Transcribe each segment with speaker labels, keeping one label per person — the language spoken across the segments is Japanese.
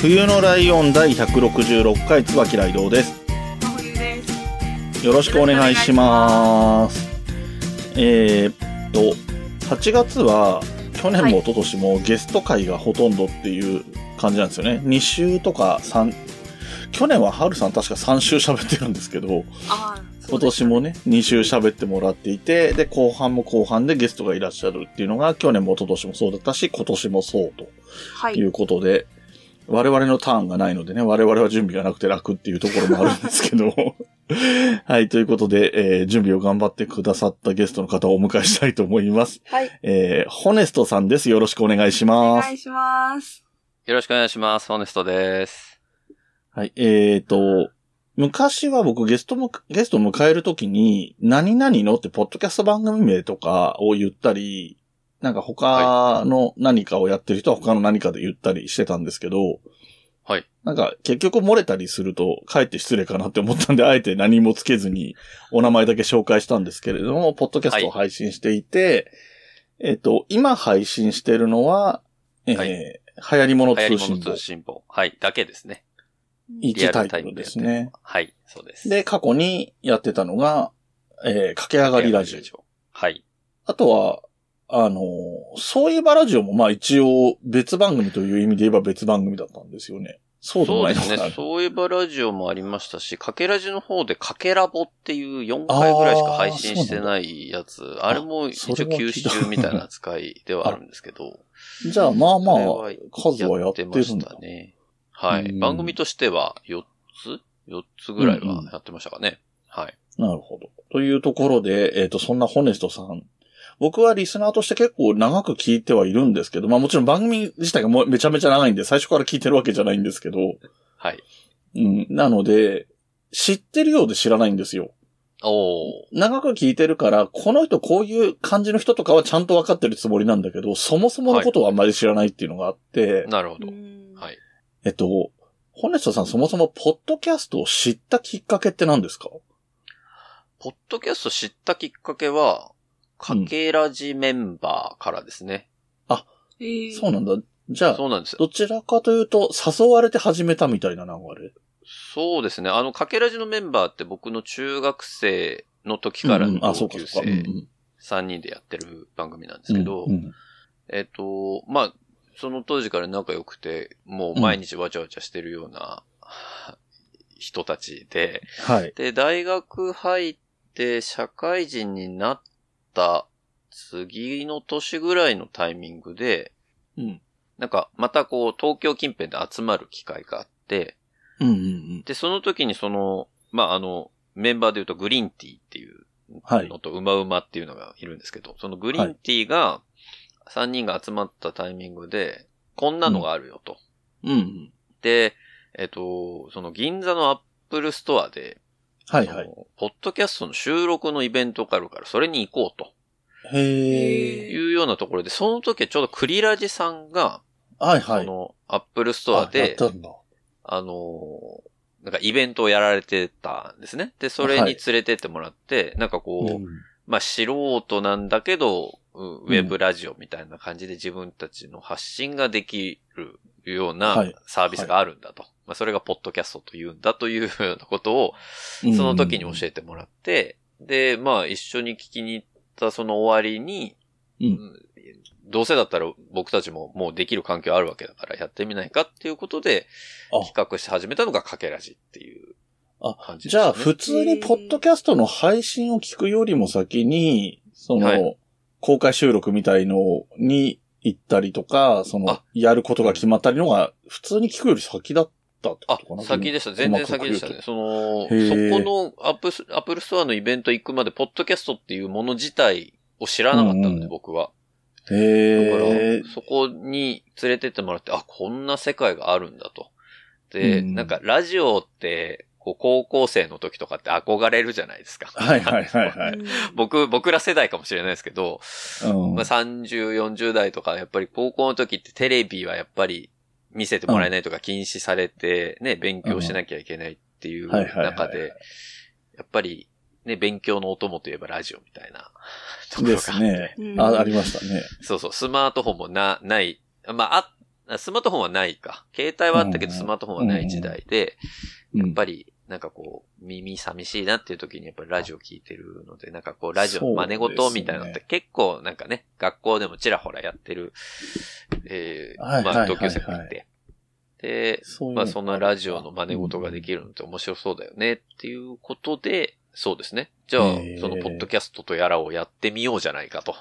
Speaker 1: 冬のライオン第166回、椿雷道です。
Speaker 2: 真冬です
Speaker 1: よろしくお願いします。えーっと、8月は、去年も一昨年もゲスト会がほとんどっていう感じなんですよね。2週とか3、去年は春さん確か3週喋ってるんですけど、
Speaker 2: ああ
Speaker 1: 今年もね、2週喋ってもらっていて、で、後半も後半でゲストがいらっしゃるっていうのが、去年も一昨年もそうだったし、今年もそうと
Speaker 2: はいいう
Speaker 1: ことで、我々のターンがないのでね、我々は準備がなくて楽っていうところもあるんですけど、 はい、ということで、えー準備を頑張ってくださったゲストの方をお迎えしたいと思います。
Speaker 2: はい
Speaker 1: えーホネストさんです。よろしくお願いし
Speaker 2: お
Speaker 1: ます
Speaker 2: 願。いします
Speaker 3: よろしくお願いします。ホネストです。
Speaker 1: はい、えーと、昔は僕ゲストも、ゲストを迎えるときに、何々のってポッドキャスト番組名とかを言ったり、なんか他の何かをやってる人は他の何かで言ったりしてたんですけど、
Speaker 3: はい。
Speaker 1: なんか結局漏れたりすると、かえって失礼かなって思ったんで、あえて何もつけずにお名前だけ紹介したんですけれども、ポッドキャストを配信していて、えっ、と、今配信してるのは、えー
Speaker 3: はい
Speaker 1: 流行り物
Speaker 3: 流行
Speaker 1: 通
Speaker 3: り物
Speaker 1: 信簿
Speaker 3: 通信簿。はい。だけですね。リ
Speaker 1: 1
Speaker 3: ア
Speaker 1: タ
Speaker 3: ル
Speaker 1: イト
Speaker 3: タイ
Speaker 1: ル
Speaker 3: ム
Speaker 1: で
Speaker 3: でやっ
Speaker 1: す
Speaker 3: てるのは
Speaker 1: ね。
Speaker 3: はい。そうです。
Speaker 1: で、過去にやってたのが、えー、駆け上がりラジオ。
Speaker 3: オ。はい。
Speaker 1: あとは、あのーそういえばラジオもまあ一応別番組という意味で言えば別番組だったんですよね。そうでも
Speaker 3: そ
Speaker 1: な
Speaker 3: うで
Speaker 1: いの
Speaker 3: す
Speaker 1: かな。
Speaker 3: ね。そういえばラジオもありましたし、かけラジの方でかけラボっていう4回ぐらいしか配信してないやつ、あ
Speaker 1: あ
Speaker 3: れも一応休止中みたいな扱いではあるんですけど、
Speaker 1: じゃあ まあまあ
Speaker 3: それは、
Speaker 1: 数はやってるん
Speaker 3: まし
Speaker 1: だ
Speaker 3: た。ね。は
Speaker 1: う
Speaker 3: い。
Speaker 1: ん
Speaker 3: 番組としては4つ ?4 つぐらいはやってましたかね。はい。
Speaker 1: なるほど。というところで、えっ、と、そんなホネストさん。僕はリスナーとして結構長く聞いてはいるんですけど、まあもちろん番組自体がもうめちゃめちゃ長いんで、最初から聞いてるわけじゃないんですけど、
Speaker 3: はい。
Speaker 1: うん、なので、知ってるようで知らないんですよ。
Speaker 3: おー。
Speaker 1: 長く聞いてるから、この人こういう感じの人とかはちゃんと分かってるつもりなんだけど、そもそものことはあんまり知らないっていうのがあって、
Speaker 3: なるほど。
Speaker 2: は
Speaker 3: はいい
Speaker 1: えっと、ホネストさんそもそもポッドキャストを知ったきっかけって何ですか
Speaker 3: ポッドキャスト知ったきっかけは、かけらじメンバーからですね。
Speaker 2: えー
Speaker 1: そうなんだ。じゃあ、
Speaker 3: そうなんですよ。
Speaker 1: どちらかというと、誘われて始めたみたいな流れ。
Speaker 3: そうですね。あの、かけらじのメンバーって僕の中学生の時から
Speaker 1: うんう
Speaker 3: の
Speaker 1: んあ、そ
Speaker 3: 同
Speaker 1: うかそ
Speaker 3: 級
Speaker 1: うか。うんう
Speaker 3: 生
Speaker 1: ん
Speaker 3: 3人でやってる番組なんですけど
Speaker 1: う、ん
Speaker 3: えっと、まあ、その当時から仲良くて、もう毎日わちゃわちゃしてるような人たちで、
Speaker 1: はい。
Speaker 3: で、大学入って社会人になった次の年ぐらいのタイミングで、
Speaker 1: うん。
Speaker 3: なんか、またこう、東京近辺で集まる機会があって、
Speaker 1: うんうんうん。
Speaker 3: で、その時にその、まあ、あの、メンバーで言うとグリーンティーっていう
Speaker 1: はい。
Speaker 3: のと、うまうまっていうのがいるんですけど、そのグリーンティーが、3人が集まったタイミングで、こんなのがあるよと。
Speaker 1: うんうん。
Speaker 3: で、えっと、その銀座のアップルストアで、
Speaker 1: はいはい
Speaker 3: そ。のポッドキャストの収録のイベントがあるから、それに行こうと
Speaker 1: へえ。
Speaker 3: いうようなところで、その時はちょうどクリラジさんが、
Speaker 1: はいはい。
Speaker 3: そのアップルストア
Speaker 1: あ
Speaker 3: で
Speaker 1: や、ったんだ。
Speaker 3: あのーなんかイベントをやられてたんですね。で、それに連れてってもらって、なんかこう、
Speaker 1: うん
Speaker 3: まあ素人なんだけど、うんウェブラジオみたいな感じで自分たちの発信ができるよう
Speaker 1: は
Speaker 3: ないサービスがあるんだと。まあそれがポッドキャストというんだというようなことを、その時に教えてもらって、で、まあ一緒に聞きに行ったその終わりに、
Speaker 1: うん
Speaker 3: うんどうせだったら僕たちももうできる環境あるわけだからやってみないかっていうことで
Speaker 1: あ、
Speaker 3: 企画して始めたのがかけらじっていう感じ
Speaker 1: じ
Speaker 3: ですね。
Speaker 1: ゃあ、普通にポッドキャストの配信を聞くよりも先に、その、
Speaker 3: はい
Speaker 1: 公開収録みたいのに行ったりとか、その
Speaker 3: あ、
Speaker 1: やることが決まったりのが、普通に聞くより先だったってこ
Speaker 3: あ
Speaker 1: とか、な
Speaker 3: 先でした。全然先でしたね。その、そこ
Speaker 1: へー
Speaker 3: のアップス、アップルストアのイベント行くまで、ポッドキャストっていうもの自体を知らなかったので、
Speaker 1: うん
Speaker 3: 僕は。だから
Speaker 1: へえ。、
Speaker 3: そこに連れてってもらって、あ、こんな世界があるんだと。で、
Speaker 1: うん
Speaker 3: なんかラジオって、こう高校生の時とかって憧れるじゃないですか。
Speaker 1: はいはいはいは
Speaker 2: う
Speaker 1: い。
Speaker 2: ん
Speaker 3: 僕、僕ら世代かもしれないですけど、
Speaker 1: うん
Speaker 3: まあ、30、40代とか、やっぱり高校の時ってテレビはやっぱり見せてもらえないとか禁止されて、ね、勉強しなきゃいけないっていう
Speaker 1: はいはいはい
Speaker 3: 中で、やっぱり、ね、勉強のお供といえばラジオみたいな ところ
Speaker 1: で
Speaker 3: があっ
Speaker 1: す
Speaker 3: て。
Speaker 1: ね
Speaker 2: う。ん
Speaker 1: あ、ありましたね。
Speaker 3: そうそう、スマートフォンもな、ない。まあ、あ、スマートフォンはないか。携帯はあったけど、
Speaker 1: うん
Speaker 3: スマートフォンはない時代で、
Speaker 1: や
Speaker 3: やっぱり、なんかこう、耳寂しいなっていう時にやっぱりラジオ聞いてるので、なんかこう、ラジオの真似事みたいなのって結構なんかね、学校でもちらほらやってる、えー
Speaker 1: はい
Speaker 3: ま
Speaker 1: は
Speaker 3: あ、
Speaker 1: い
Speaker 3: 同級生も
Speaker 1: はいい
Speaker 3: て。で、
Speaker 1: そういうの
Speaker 3: まあそんなラジオの真似事ができるのって面白そうだよねっていうことで、そうですね。じゃあ
Speaker 1: へー、
Speaker 3: そのポッドキャストとやらをやってみようじゃないかと。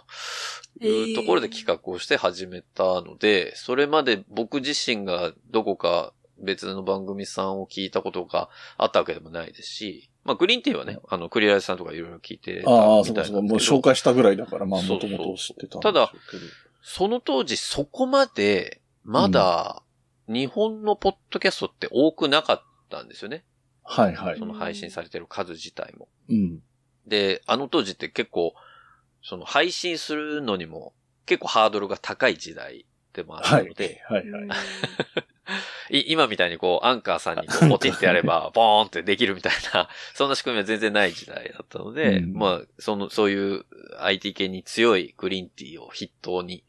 Speaker 2: へー
Speaker 3: いうところで企画をして始めたので、それまで僕自身がどこか別の番組さんを聞いたことがあったわけでもないですし、まあグリーンティーはね、あの、クリアさんとかいろいろ聞いてたみたい
Speaker 1: ああ、
Speaker 3: な
Speaker 1: そう
Speaker 3: んで
Speaker 1: かそ
Speaker 3: すけ
Speaker 1: う
Speaker 3: ど
Speaker 1: か。もう紹介したぐらいだから、まあ、
Speaker 3: そ
Speaker 1: も
Speaker 3: う
Speaker 1: と
Speaker 3: そう
Speaker 1: もと知ってたんでしょうけど。
Speaker 3: ただその当時そこまで、まだ、日本のポッドキャストって多くなかったんですよね。
Speaker 1: はいはい
Speaker 3: そ。の配信されてる数自体も。
Speaker 1: うん。
Speaker 3: で、あの当時って結構、その配信するのにも結構ハードルが高い時代でもあった
Speaker 1: はい。
Speaker 3: ので、
Speaker 1: はいはい。
Speaker 3: い今みたいにこう、アンカーさんにこうポチってやれば、ボーンってできるみたいな、 そんな仕組みは全然ない時代だったので、
Speaker 1: うん
Speaker 3: まあ、その、そういう IT 系に強いグリーンティーを筆頭に、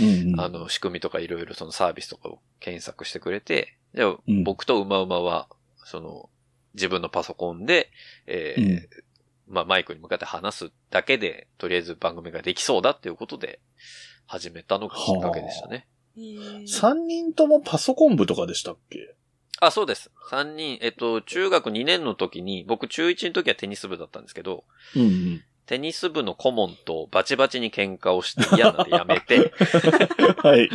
Speaker 1: うんうん。
Speaker 3: あの、仕組みとかいろいろそのサービスとかを検索してくれて、じゃあ
Speaker 1: うん
Speaker 3: 僕とうまうまは、その、自分のパソコンで、えー
Speaker 1: うん
Speaker 3: まあ、マイクに向かって話すだけで、とりあえず番組ができそうだっていうことで、始めたのがきっかけでしたね。
Speaker 1: 三人ともパソコン部とかでしたっけ
Speaker 3: あ、そうです。3人、えっと、中学2年の時に、僕中1の時はテニス部だったんですけど、
Speaker 1: うんうん。
Speaker 3: テニス部の顧問とバチバチに喧嘩をして嫌なんでやめ て、
Speaker 1: はい。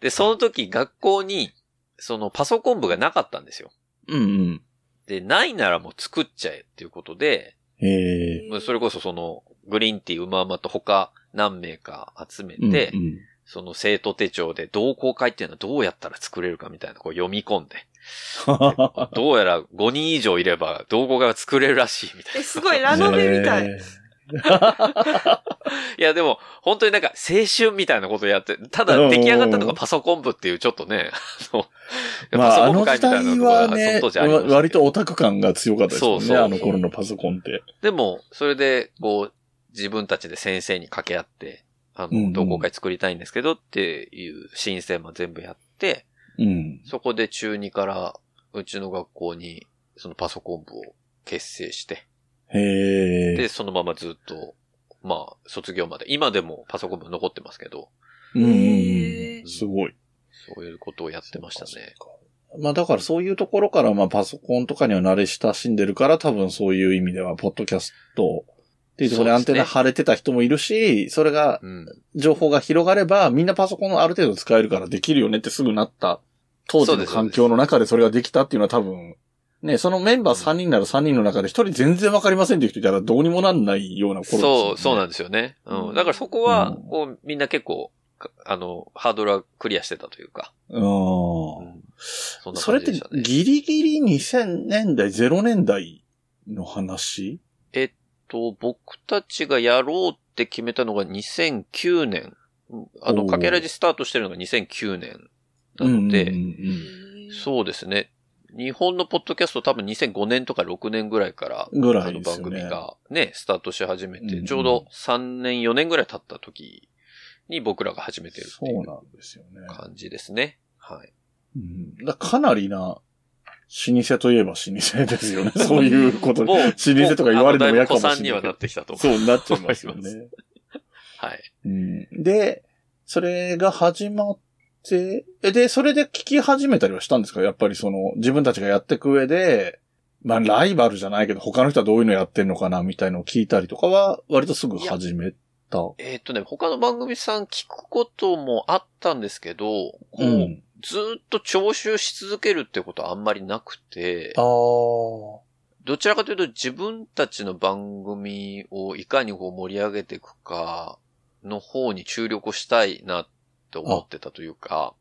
Speaker 3: で、その時学校に、そのパソコン部がなかったんですよ。
Speaker 1: うんうん。
Speaker 3: で、ないならもう作っちゃえっていうことで、
Speaker 1: ええ。
Speaker 3: まあそれこそその、グリーンティー、うまうまと他何名か集めて、
Speaker 1: うんうん
Speaker 3: その生徒手帳で同好会っていうのはどうやったら作れるかみたいな、こう読み込んで、どうやら5人以上いれば同好会は作れるらしいみたいな。
Speaker 2: え、すごい、ラノベみたい。
Speaker 1: え
Speaker 3: いや、でも、本当になんか、青春みたいなことやって、ただ出来上がったのがパソコン部っていう、ちょっとね、あの、
Speaker 1: え。まあ、あの
Speaker 3: 会
Speaker 1: 時代はね、わ割とオ
Speaker 3: と
Speaker 1: タク感が強かったですもん
Speaker 3: そう
Speaker 1: ね、
Speaker 3: そう
Speaker 1: あの頃のパソコンって。
Speaker 3: でも、それで、こう、自分たちで先生に掛け合って、あ
Speaker 1: うんう
Speaker 3: の、
Speaker 1: ん
Speaker 3: 同好会作りたいんですけどっていう申請も全部やって、
Speaker 1: うん。
Speaker 3: そこで中2から、うちの学校に、そのパソコン部を結成して、
Speaker 1: へ
Speaker 3: で、
Speaker 1: え。
Speaker 3: そのままずっと、まあ、卒業まで、今でもパソコン部残ってますけど、
Speaker 1: うんうん
Speaker 2: へ
Speaker 1: う
Speaker 2: え
Speaker 1: ん。すごい。
Speaker 3: そういうことをやってましたね。
Speaker 1: まあだからそういうところから、まあパソコンとかには慣れ親しんでるから、多分そういう意味では、ポッドキャストっていうところでアンテナ張れてた人もいるし、それが、
Speaker 3: うん。
Speaker 1: 情報が広がれば、みんなパソコンをある程度使えるからできるよねってすぐなった、当時の環境の中でそれができたっていうのは多分、ね、そのメンバー3人なら3人の中で1人全然わかりませんっていう人いたらどうにもなんないような頃ですよね
Speaker 3: そう、そうなんですよね。う。
Speaker 2: うんん
Speaker 3: だからそこは、
Speaker 1: うん
Speaker 3: こう、みんな結構、かあの、ハードルはクリアしてたというか。
Speaker 1: うん
Speaker 3: うんそんな
Speaker 1: それ
Speaker 3: 感
Speaker 1: って
Speaker 3: じでしたね。
Speaker 1: ギリギリ2000年代、0年代の話
Speaker 3: えっと、僕たちがやろうって決めたのが2009年。あ
Speaker 1: お
Speaker 3: の、
Speaker 1: ー
Speaker 3: かけらじスタートしてるのが2009年なので、
Speaker 1: うんうんうん
Speaker 3: そうですね。日本のポッドキャスト多分2005年とか6年ぐらいから、
Speaker 1: ぐら
Speaker 3: あ
Speaker 1: い
Speaker 3: の
Speaker 1: ですよ
Speaker 3: 番
Speaker 1: ね
Speaker 3: 組がね、スタートし始め
Speaker 1: うんう
Speaker 3: て、
Speaker 1: ん
Speaker 3: ちょうど3年、4年ぐらい経った時に僕らが始めてるってい
Speaker 1: そううなんですよね。
Speaker 3: 感じですね。はい。
Speaker 1: うん、だからかなりな、老舗といえば老舗ですよね。そういうことで。
Speaker 3: もう、
Speaker 1: 老舗とか言われても嫌かもしれな
Speaker 3: あのだいぶ古
Speaker 1: い
Speaker 3: 参にはなってきたと思う。
Speaker 1: そうなっちゃいます よね。
Speaker 3: はい。
Speaker 1: うん、で、それが始まって、えで、それで聞き始めたりはしたんですかやっぱりその、自分たちがやっていく上で、まあ、ライバルじゃないけど、他の人はどういうのやってんのかなみたいのを聞いたりとかは、割とすぐ始めた。
Speaker 3: えっ、とね、他の番組さん聞くこともあったんですけど、こう
Speaker 1: うん。
Speaker 3: ずーっと徴収し続けるってことはあんまりなくて
Speaker 1: あ、あ。
Speaker 3: どちらかというと自分たちの番組をいかにこう盛り上げていくか、の方に注力をしたいなって思ってたというか、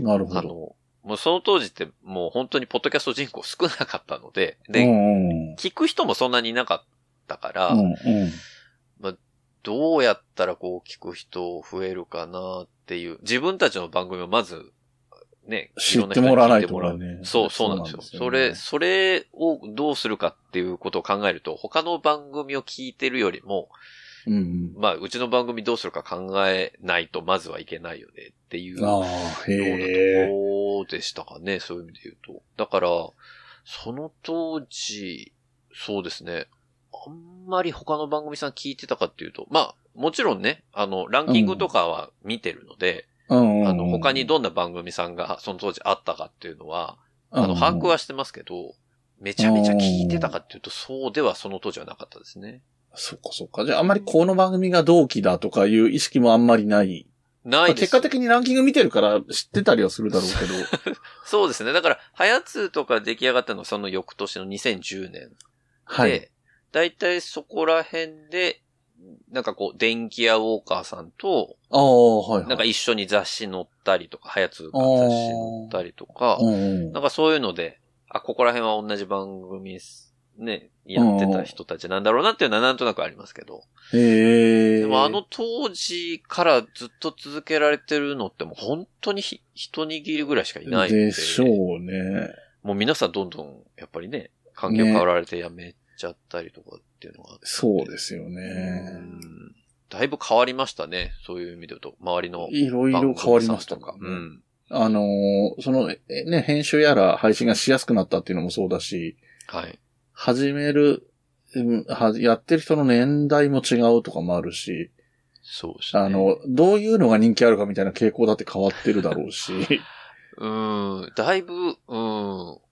Speaker 1: なるほ
Speaker 3: あの、
Speaker 1: ど。
Speaker 3: もうその当時ってもう本当にポッドキャスト人口少なかったので、
Speaker 1: う
Speaker 3: で、
Speaker 1: んうん。
Speaker 3: 聞く人もそんなにいなかったから、
Speaker 1: うんうん。
Speaker 3: どうやったらこう聞く人増えるかなっていう、自分たちの番組をまず、ね、
Speaker 1: 知ってもらわないと
Speaker 3: いろんな人に聞いてもらう
Speaker 1: ね
Speaker 3: そう、そうなんですよ。
Speaker 1: そう
Speaker 3: そ
Speaker 1: なん
Speaker 3: れ、
Speaker 1: です
Speaker 3: それをどうするかっていうことを考えると、他の番組を聞いてるよりも、
Speaker 1: うんうん。
Speaker 3: まあ、うちの番組どうするか考えないとまずはいけないよねっていうよ
Speaker 1: ああ、
Speaker 3: うな
Speaker 1: へ
Speaker 3: と
Speaker 1: え。
Speaker 3: ころでしたかね、そういう意味で言うと。だから、その当時、そうですね、あんまり他の番組さん聞いてたかっていうと、まあ、もちろんね、あの、ランキングとかは見てるので、
Speaker 1: うんうん。
Speaker 3: あの、他にどんな番組さんがその当時あったかっていうのは、あ
Speaker 1: うんう
Speaker 3: の、
Speaker 1: ん
Speaker 3: 把握はしてますけど、めちゃめちゃ聞いてたかっていうと、そうではその当時はなかったですね。
Speaker 1: そっかそっか。じゃあ、あんまりこの番組が同期だとかいう意識もあんまりない。
Speaker 3: な
Speaker 1: ま
Speaker 3: い
Speaker 1: あ
Speaker 3: です。
Speaker 1: 結果的にランキング見てるから知ってたりはするだろう けど。
Speaker 3: そうですね。だから、ハヤツーとか出来上がったのはその翌年の2010年
Speaker 1: はい。
Speaker 3: で、だいたいそこら辺で、なんかこう、電気屋ウォーカーさんと、
Speaker 1: ああ、はいはい。
Speaker 3: なんか一緒に雑誌載ったりとか、ハヤツーが雑誌載ったりとか
Speaker 1: う、んうん
Speaker 3: なんかそういうので、あ、ここら辺は同じ番組す、ね、やってた人たちなんだろうなっていうのはなんとなくありますけど。
Speaker 1: へえ。
Speaker 3: でもあの、当時からずっと続けられてるのってもう本当にひ一握りぐらいしかいないの
Speaker 1: でしょうね。
Speaker 3: もう皆さんどんどん、やっぱりね、環境変わられてやめちゃったりとかっていうのがあって、
Speaker 1: そうですよ
Speaker 3: う
Speaker 1: ね。
Speaker 3: んだいぶ変わりましたね。そういう意味で言うと、周りの。
Speaker 1: いろいろ変わりました
Speaker 3: 番組さんと
Speaker 1: から
Speaker 3: か。う
Speaker 1: ね
Speaker 3: ん。
Speaker 1: あのーその、えね、編集やら配信がしやすくなったっていうのもそうだし、
Speaker 3: はい。
Speaker 1: 始める、うんはやってる人の年代も違うとかもあるし、
Speaker 3: そうですね。
Speaker 1: あ、の、どういうのが人気あるかみたいな傾向だって変わってるだろうし、
Speaker 3: うん。だいぶ、うん、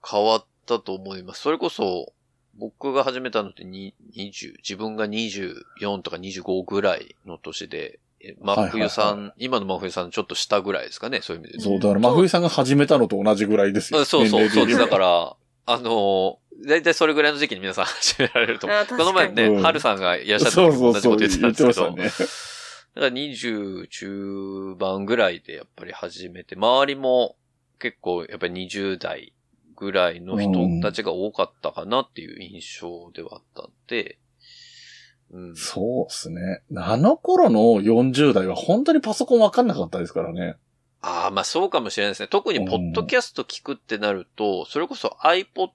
Speaker 3: 変わったと思います。それこそ、僕が始めたのってに20、自分が24とか25ぐらいの年で、え真冬さん、
Speaker 1: はいは
Speaker 3: 今の真冬さんちょっと下ぐらいですかね、そういう意味で言うと。
Speaker 1: そう、だから、真冬さんが始めたのと同じぐらいですよ。
Speaker 3: あそうそう、
Speaker 1: 年
Speaker 3: そう
Speaker 1: 齢的
Speaker 3: です。
Speaker 1: に
Speaker 3: だから、あのー、だいたいそれぐらいの時期に皆さん始められると思う。
Speaker 2: あー確
Speaker 3: この
Speaker 2: か
Speaker 3: 前
Speaker 2: に
Speaker 3: ね、
Speaker 1: うん
Speaker 3: ハルさんがいらっしゃった
Speaker 1: そう
Speaker 3: 時
Speaker 1: そ
Speaker 3: も
Speaker 1: う
Speaker 3: 同じ
Speaker 1: そ
Speaker 3: こ
Speaker 1: う、
Speaker 3: と言ってたん
Speaker 1: 言
Speaker 3: で
Speaker 1: って
Speaker 3: す
Speaker 1: ました
Speaker 3: けど。
Speaker 1: ね。
Speaker 3: だから20中盤ぐらいでやっぱり始めて、周りも結構やっぱり20代ぐらいの人たちが多かったかなっていう印象ではあったんで、うん。
Speaker 1: そうですね。あの頃の40代は本当にパソコンわかんなかったですからね。
Speaker 3: ああ、まあそうかもしれないですね。特にポッドキャスト聞くってなると、それこそ iPod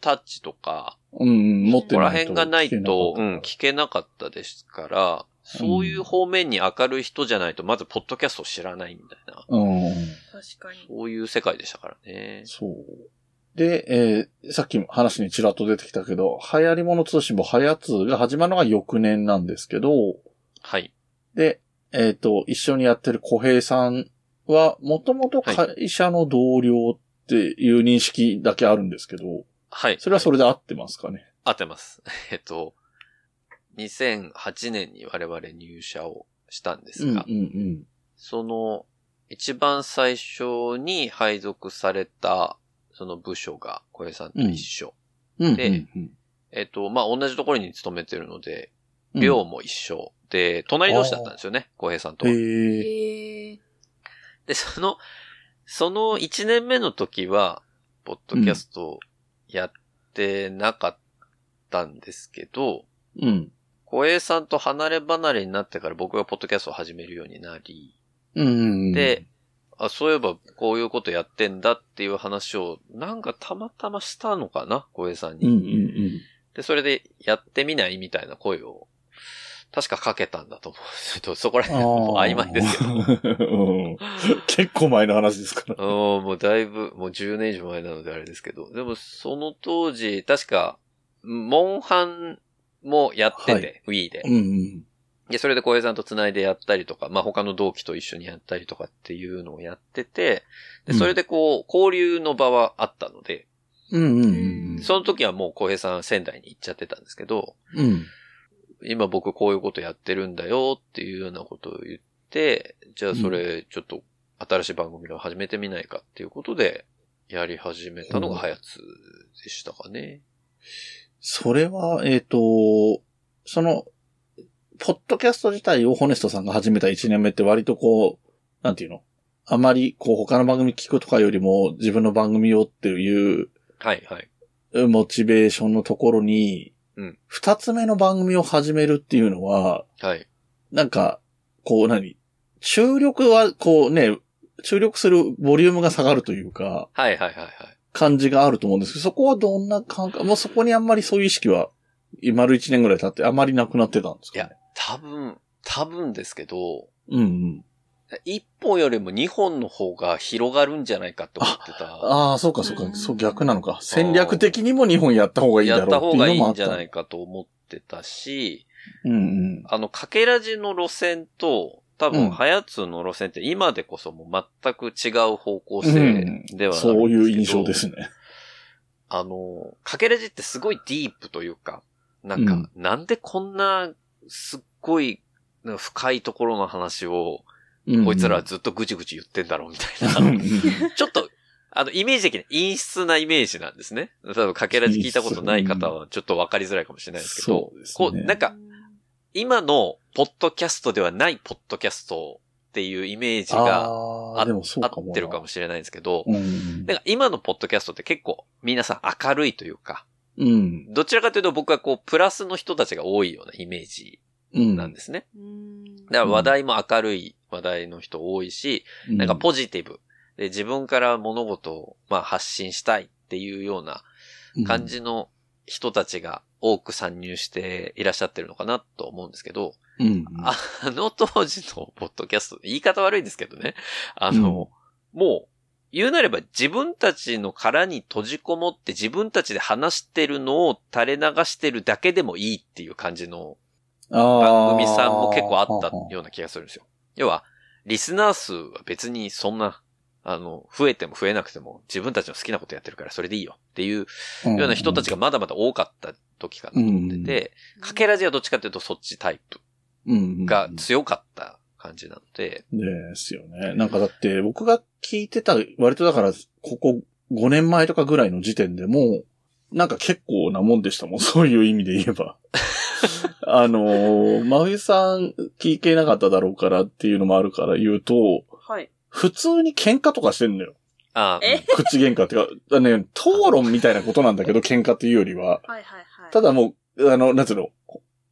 Speaker 3: Touch とか、
Speaker 1: うんうん、持って
Speaker 3: ここ
Speaker 1: な
Speaker 3: ら
Speaker 1: いと。
Speaker 3: 辺がないと、うん、
Speaker 1: 聞
Speaker 3: 聞けなかったですから、そういう方面に明るい人じゃないと、まずポッドキャストを知らないみたい
Speaker 1: け
Speaker 3: な、
Speaker 1: なかったうん。
Speaker 2: 確かに。
Speaker 3: そういう世界でしたからね。
Speaker 1: そう。で、えーさっきも話にちらっと出てきたけど、流行り物通信も流行通が始まるのが翌年なんですけど、
Speaker 3: はい。
Speaker 1: で、えっ、と、一緒にやってる小平さんは、もともと会社の同僚っていう認識だけあるんですけど、
Speaker 3: はい。
Speaker 1: それはそれで合ってますかね。
Speaker 3: 合ってます。 えっと、2008年に我々入社をしたんです
Speaker 1: うんうん
Speaker 3: が、
Speaker 1: うん。
Speaker 3: その、一番最初に配属された、その部署が小平さんと一緒。
Speaker 1: うんうんう
Speaker 3: で
Speaker 1: ん、
Speaker 3: えっと、まあ、同じところに勤めてるので、
Speaker 1: うん
Speaker 3: 寮も一緒。で、隣同士だったんですよね、小平さんとは。
Speaker 1: へえ。
Speaker 2: へえ。
Speaker 3: で、その、その1年目の時は、ポッドキャストやってなかったんですけど、
Speaker 1: うん。
Speaker 3: 小江さんと離れ離れになってから僕がポッドキャストを始めるようになり、
Speaker 1: うんうんうん。
Speaker 3: で、あ、そういえばこういうことやってんだっていう話をなんかたまたましたのかな、小江さ
Speaker 1: うん
Speaker 3: ん
Speaker 1: う
Speaker 3: に。
Speaker 1: んうん。
Speaker 3: で、それでやってみないみたいな声を、確かかけたんだと思うんですけど、そこら辺はもう曖昧ですけど。
Speaker 1: けど。 うん結構前の話ですから。
Speaker 3: おーもうだいぶ、もう10年以上前なのであれですけど、でもその当時、確か、モンハンもやってて、Wii で
Speaker 1: う。んうん。
Speaker 3: で、それで小江さんと繋いでやったりとか、まあ他の同期と一緒にやったりとかっていうのをやってて、で、それでこう、交流の場はあったので、
Speaker 1: うんうんうん
Speaker 3: その時はもう小平さん仙台に行っちゃってたんですけど、
Speaker 1: うん。うん。
Speaker 3: 今僕こういうことやってるんだよっていうようなことを言って、じゃあそれちょっと新しい番組を始めてみないかっていうことで、やり始めたのがハヤツでしたかね。
Speaker 1: それは、えっ、と、その、ポッドキャスト自体をホネストさんが始めた1年目って割とこう、なんていうのあまり、こう、他の番組聞くとかよりも、自分の番組をっていう、
Speaker 3: はいはい。
Speaker 1: モチベーションのところに
Speaker 3: うん、
Speaker 1: 二、つ目の番組を始めるっていうのは、
Speaker 3: はい。
Speaker 1: なんか、こう何注力は、こうね、注力するボリュームが下がるというか、
Speaker 3: はいはいはいはい。
Speaker 1: 感じがあると思うんですけど、そこはどんな感覚、もうそこにあんまりそういう意識は、丸一年ぐらい経ってあまりなくなってたんですか、ね、
Speaker 3: 多分、多分ですけど、
Speaker 1: うんうん。
Speaker 3: 一本よりも二本の方が広がるんじゃないかと思ってた。
Speaker 1: ああ、そうかそうか、
Speaker 2: うん
Speaker 1: そう逆なのか。戦略的にも日本やった方がいいだ
Speaker 3: や
Speaker 1: ろ
Speaker 3: った
Speaker 1: うっ
Speaker 3: 方
Speaker 1: て
Speaker 3: が
Speaker 1: い
Speaker 3: いう
Speaker 1: のも
Speaker 3: い
Speaker 1: あ
Speaker 3: ん
Speaker 1: っ
Speaker 3: じゃ
Speaker 1: た。
Speaker 3: ないかと思ってたし、
Speaker 1: うんうん。
Speaker 3: あの、かけらじの路線と、多
Speaker 1: うん
Speaker 3: 分、はやつの路線って今でこそもう全く違う方向性ではあるんですけど、
Speaker 1: そういう印象ですね。
Speaker 3: あの、かけらじってすごいディープというか、なんか、
Speaker 1: うん
Speaker 3: なんでこんな、すっごい、なんか深いところの話を、
Speaker 1: うんうん
Speaker 3: こいつらはずっとぐちぐち言ってんだろうみた
Speaker 1: う
Speaker 3: い
Speaker 1: ん
Speaker 3: な。
Speaker 1: うん
Speaker 3: ちょっと、あの、イメージ的に陰湿なイメージなんですね。多分、かけらじ聞いたことない方はちょっとわかりづらいかもしれないですけ
Speaker 1: そ
Speaker 3: ど、
Speaker 1: うですね
Speaker 3: こう、なんか、今の、ポッドキャストではないポッドキャストっていうイメージが
Speaker 1: あーでもそう
Speaker 3: 合
Speaker 1: かもな
Speaker 3: ってるかもしれないんですけど、
Speaker 1: うんうん
Speaker 3: なんか今のポッドキャストって結構皆さん明るいというか、
Speaker 1: うん。
Speaker 3: どちらかというと僕はこう、プラスの人たちが多いようなイメージ
Speaker 1: うん。
Speaker 3: なんですね。
Speaker 2: うん
Speaker 3: だから話題も明るい話題の人多いし、なんかポジティブ。で、自分から物事を、まあ、発信したいっていうような感じの人たちが多く参入していらっしゃってるのかなと思うんですけど、
Speaker 1: うん。うん。
Speaker 3: あの当時のポッドキャスト、言い方悪いですけどね。あの、もう、言うなれば自分たちの殻に閉じこもって自分たちで話してるのを垂れ流してるだけでもいいっていう感じの番
Speaker 1: 番
Speaker 3: 組さんも結構あったような気がするんですよ。要は、リスナー数は別にそんな、あの、増えても増えなくても自分たちの好きなことやってるからそれでいいよっていうよ
Speaker 1: よ
Speaker 3: うな人たちがまだまだ多かった時かなと思ってて、かけらじはどっちかというとそっちタイプが強かった感じなので、
Speaker 1: ですよね。なんかだって、僕が聞いてた、割とだから、ここ5年前とかぐらいの時点でも、なんか結構なもんでしたもん、 そういう意味で言えば。あのー、真冬さん聞けなかっただろうからっていうのもあるから言うと、
Speaker 2: はい。
Speaker 1: 普通に喧嘩とかしてんのよ。
Speaker 3: ああ
Speaker 2: え
Speaker 1: 口喧嘩っていうか、ね、討論みたいなことなんだけど、喧嘩っていうよりは。
Speaker 2: はいはいはい。
Speaker 1: ただもう、あの、なんつうの、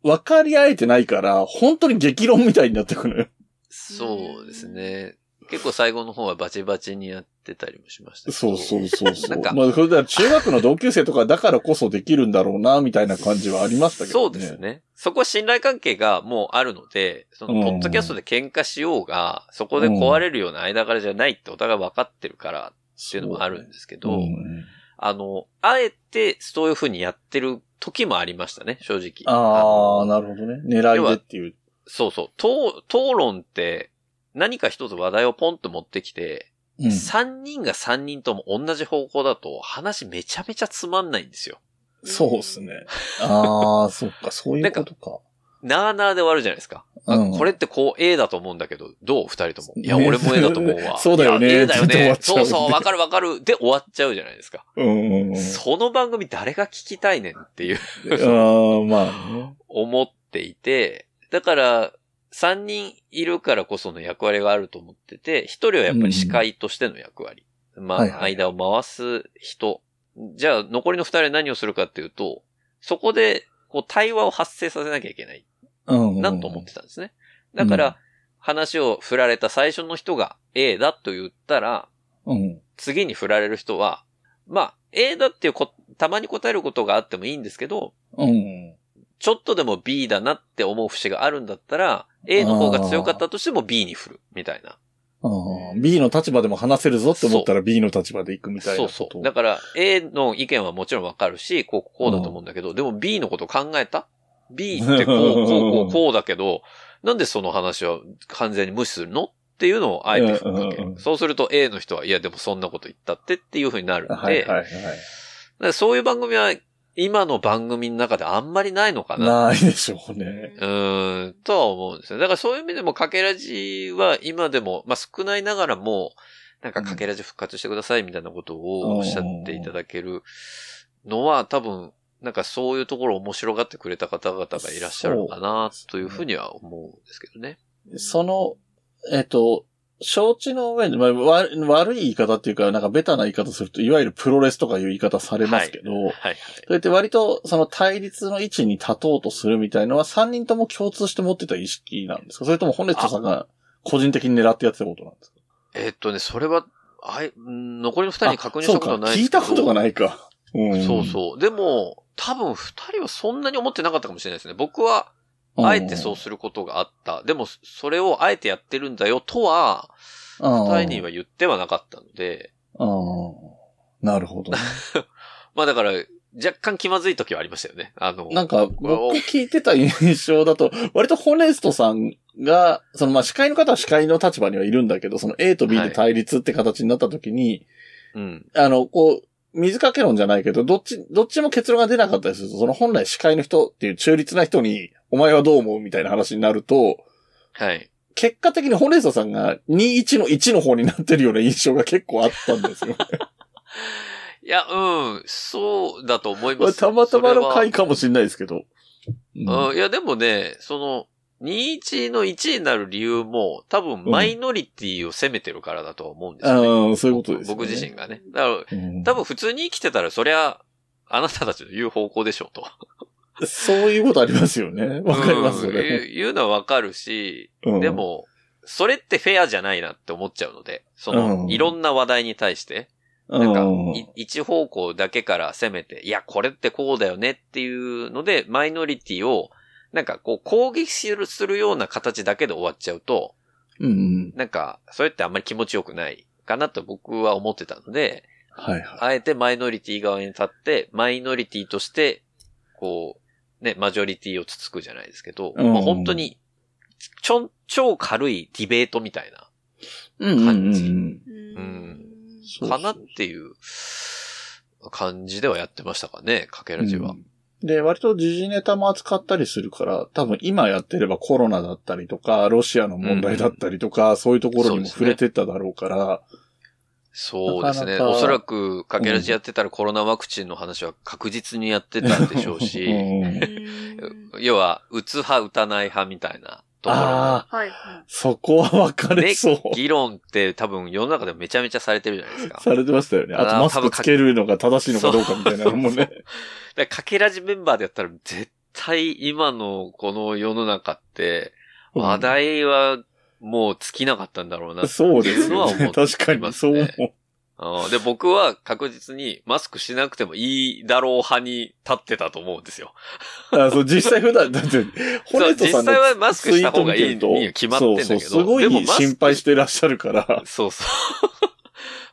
Speaker 1: 分かり合えてないから、本当に激論みたいになってくのよ。
Speaker 3: そうですね。結構最後の方はバチバチにやってたりもしましたけど
Speaker 1: そうそうそうそ
Speaker 3: な
Speaker 1: う。
Speaker 3: んか
Speaker 1: まあ、それだ中学の同級生とかだからこそできるんだろうな、みたいな感じはありましたけ
Speaker 3: そ
Speaker 1: どね。
Speaker 3: うです。ね。そこは信頼関係がもうあるので、そ
Speaker 1: うん
Speaker 3: の、ポッドキャストで喧嘩しようが、そこで壊れるような間柄じゃないってお互い分かってるからっていうのもあるんですけど、
Speaker 1: うん
Speaker 3: あの、あえてそういう風にやってる時もありましたね、正直。
Speaker 1: ああ、
Speaker 3: の
Speaker 1: なるほどね。狙いでっていう。
Speaker 3: そうそう。討討論って、何か一つ話題をポンと持ってきて、
Speaker 1: うん
Speaker 3: 三3人が3人とも同じ方向だと話めちゃめちゃつまんないんですよ。
Speaker 1: そうですね。 ああ、そっか、そういうことか。
Speaker 3: なーなーで終わるじゃないですか。あ
Speaker 1: うん
Speaker 3: これってこう A だと思うんだけど、どう二人とも。いや、
Speaker 1: ね
Speaker 3: 俺も A だと思うわ。
Speaker 1: そうだよね
Speaker 3: いや A だよ
Speaker 1: って終わ
Speaker 3: ね
Speaker 1: っ。ちゃう
Speaker 3: そ
Speaker 1: ね
Speaker 3: うそう、わかるわかる。で終わっちゃうじゃないですか。
Speaker 1: うんうんうん。
Speaker 3: その番組誰が聞きたいねんっていう
Speaker 1: ああ、まあね。
Speaker 3: 思っていて、だから、三人いるからこその役割があると思ってて、一人はやっぱり司会としての役割。ま
Speaker 1: はいはい
Speaker 3: あ、間を回す人。じゃあ、残りの二人は何をするかっていうと、そこで、こう、対話を発生させなきゃいけない。
Speaker 1: うん。
Speaker 3: なと思ってたんですね。だから、
Speaker 1: うん
Speaker 3: 話を振られた最初の人が A だと言ったら、
Speaker 1: うん。
Speaker 3: 次に振られる人は、まあ、A だっていうこ、たまに答えることがあってもいいんですけど、
Speaker 1: うん。
Speaker 3: ちょっとでも B だなって思う節があるんだったら、A の方が強かったとしても B に振る、みたいな。
Speaker 1: あー B の立場でも話せるぞって思ったら B の立場で行くみたいな
Speaker 3: そう
Speaker 1: こと。
Speaker 3: そう。だから A の意見はもちろんわかるし、こう、こうだと思うんだけど、でも B のこと考えた ?B ってこう、こう、こう、こうだ けど、なんでその話は完全に無視するのっていうのをあえてふっかけ
Speaker 1: うんうんうん
Speaker 3: る。そうすると A の人は、いやでもそんなこと言ったってっていうふうになるんで、
Speaker 1: はいはいはい。
Speaker 3: だからそういう番組は今の番組の中であんまりないのかな
Speaker 1: ないでしょうね。
Speaker 3: うーん、とは思うんですよ。だからそういう意味でも、かけらじは今でも、まあ少ないながらも、なんかかけらじ復活してくださいみたいなことをおっしゃっていただけるのは、多分、なんかそういうところを面白がってくれた方々がいらっしゃるのかな、というふうには思うんですけどね。
Speaker 1: その、えっ、と、承知の上で、まあ、わ悪い言い方っていうか、なんかベタな言い方すると、いわゆるプロレスとかいう言い方されますけど、
Speaker 3: はいはい。
Speaker 1: そうやって割とその対立の位置に立とうとするみたいのは3人とも共通して持ってた意識なんですかそれとも本列さんが個人的に狙ってやってたことなんですか
Speaker 3: えっとね、それは、あい、ん残りの二人に確認したことはない
Speaker 1: あそうか聞いたことが
Speaker 3: い。
Speaker 1: ないか。うん
Speaker 3: そうそう。でも、多分二人はそんなに思ってなかったかもしれないですね。僕は、あえてそうすることがあった。でも、それをあえてやってるんだよとは、
Speaker 1: うん。うん
Speaker 3: 二人には言ってはなかったので、
Speaker 1: うん。なるほどね。
Speaker 3: まあだから、若干気まずい時はありましたよね。あの、
Speaker 1: なんか、僕聞いてた印象だと、割とホネストさんが、そのまあ司会の方は司会の立場にはいるんだけど、その A と B で対立って形になった時に、
Speaker 3: うん。
Speaker 1: あの、こう、水かけ論じゃないけど、どっち、どっちも結論が出なかったりすると、その本来司会の人っていう中立な人に、お前はどう思うみたいな話になると、
Speaker 3: はい。
Speaker 1: 結果的にホネストさんが21の1の方になってるような印象が結構あったんですよ。
Speaker 3: いや、うん、そうだと思い
Speaker 1: ま
Speaker 3: ま
Speaker 1: あ
Speaker 3: す。
Speaker 1: たまたまの
Speaker 3: それは
Speaker 1: 回かもしれないですけど。うん
Speaker 3: うん、いや、でもね、その、21の1になる理由も、多分マイノリティを責めてるからだとは思うんですよね。
Speaker 1: うん、そういうことですよね。
Speaker 3: 僕自身がね。だから、
Speaker 1: 身
Speaker 3: 多分普通に生きてたら、そりゃ、あなたたちの言う方向でしょうと。
Speaker 1: そういうことありますよね。わかりますよ
Speaker 3: うん言う
Speaker 1: ね。
Speaker 3: 言うのはわかるし、
Speaker 1: うん
Speaker 3: で、も、それってフェアじゃないなって思っちゃうので、その、
Speaker 1: うん
Speaker 3: いろんな話題に対して、
Speaker 1: な
Speaker 3: なんか、い一方向だけから攻めて、いや、これってこうだよねっていうので、マイノリティを、なんかこう攻撃するするような形だけで終わっちゃうと、
Speaker 1: うん。
Speaker 3: なんか、それってあんまり気持ちよくないかなと僕は思ってたので、
Speaker 1: はいはい。
Speaker 3: あえてマイノリティ側に立って、マイノリティとして、こう、ね、マジョリティをつつくじゃないですけど、
Speaker 1: うん
Speaker 3: まあ本当に、ちょん、超軽いディベートみたいな、
Speaker 1: うんうんうんうん。
Speaker 2: うん
Speaker 1: そうそう
Speaker 3: かなっていう感じではやってましたかね、かけらじは。
Speaker 1: うんで、割と時事ネタも扱ったりするから、多分今やってればコロナだったりとか、ロシアの問題だったりとか、そういうところにも触れてっただろうから、
Speaker 3: そうですね。
Speaker 1: なかなか
Speaker 3: おそらく、かけらじやってたらコロナワクチンの話は確実にやってたんでしょうし、
Speaker 1: うん
Speaker 3: 要は、打つ派、打たない派みたいなところが
Speaker 1: ああ、
Speaker 2: はいは
Speaker 1: そこは分かれ
Speaker 3: で
Speaker 1: そう。、
Speaker 3: 議論って多分世の中でめちゃめちゃされてるじゃないですか。
Speaker 1: されてましたよね。あと
Speaker 3: あー
Speaker 1: マスクつけるのが正しいのかどうかみたいなのもね。
Speaker 3: だからかけらじメンバーでやったら、絶対今のこの世の中って、
Speaker 1: うん
Speaker 3: 話題はもう尽きなかったんだろうな。
Speaker 1: そうですよ
Speaker 3: っていうのは思
Speaker 1: ね。
Speaker 3: ってます
Speaker 1: 確かに、そう思う。
Speaker 3: うんで、僕は確実にマスクしなくてもいいだろう派に立ってたと思うんですよ。
Speaker 1: あそう実際普段、だって、ホネットさんの
Speaker 3: そう実際はマスクした方がいい
Speaker 1: ツイート見てると
Speaker 3: に決まってんだけど
Speaker 1: そうそうすご
Speaker 3: でも
Speaker 1: い
Speaker 3: マスク
Speaker 1: 心配してらっしゃるから。
Speaker 3: そう そう。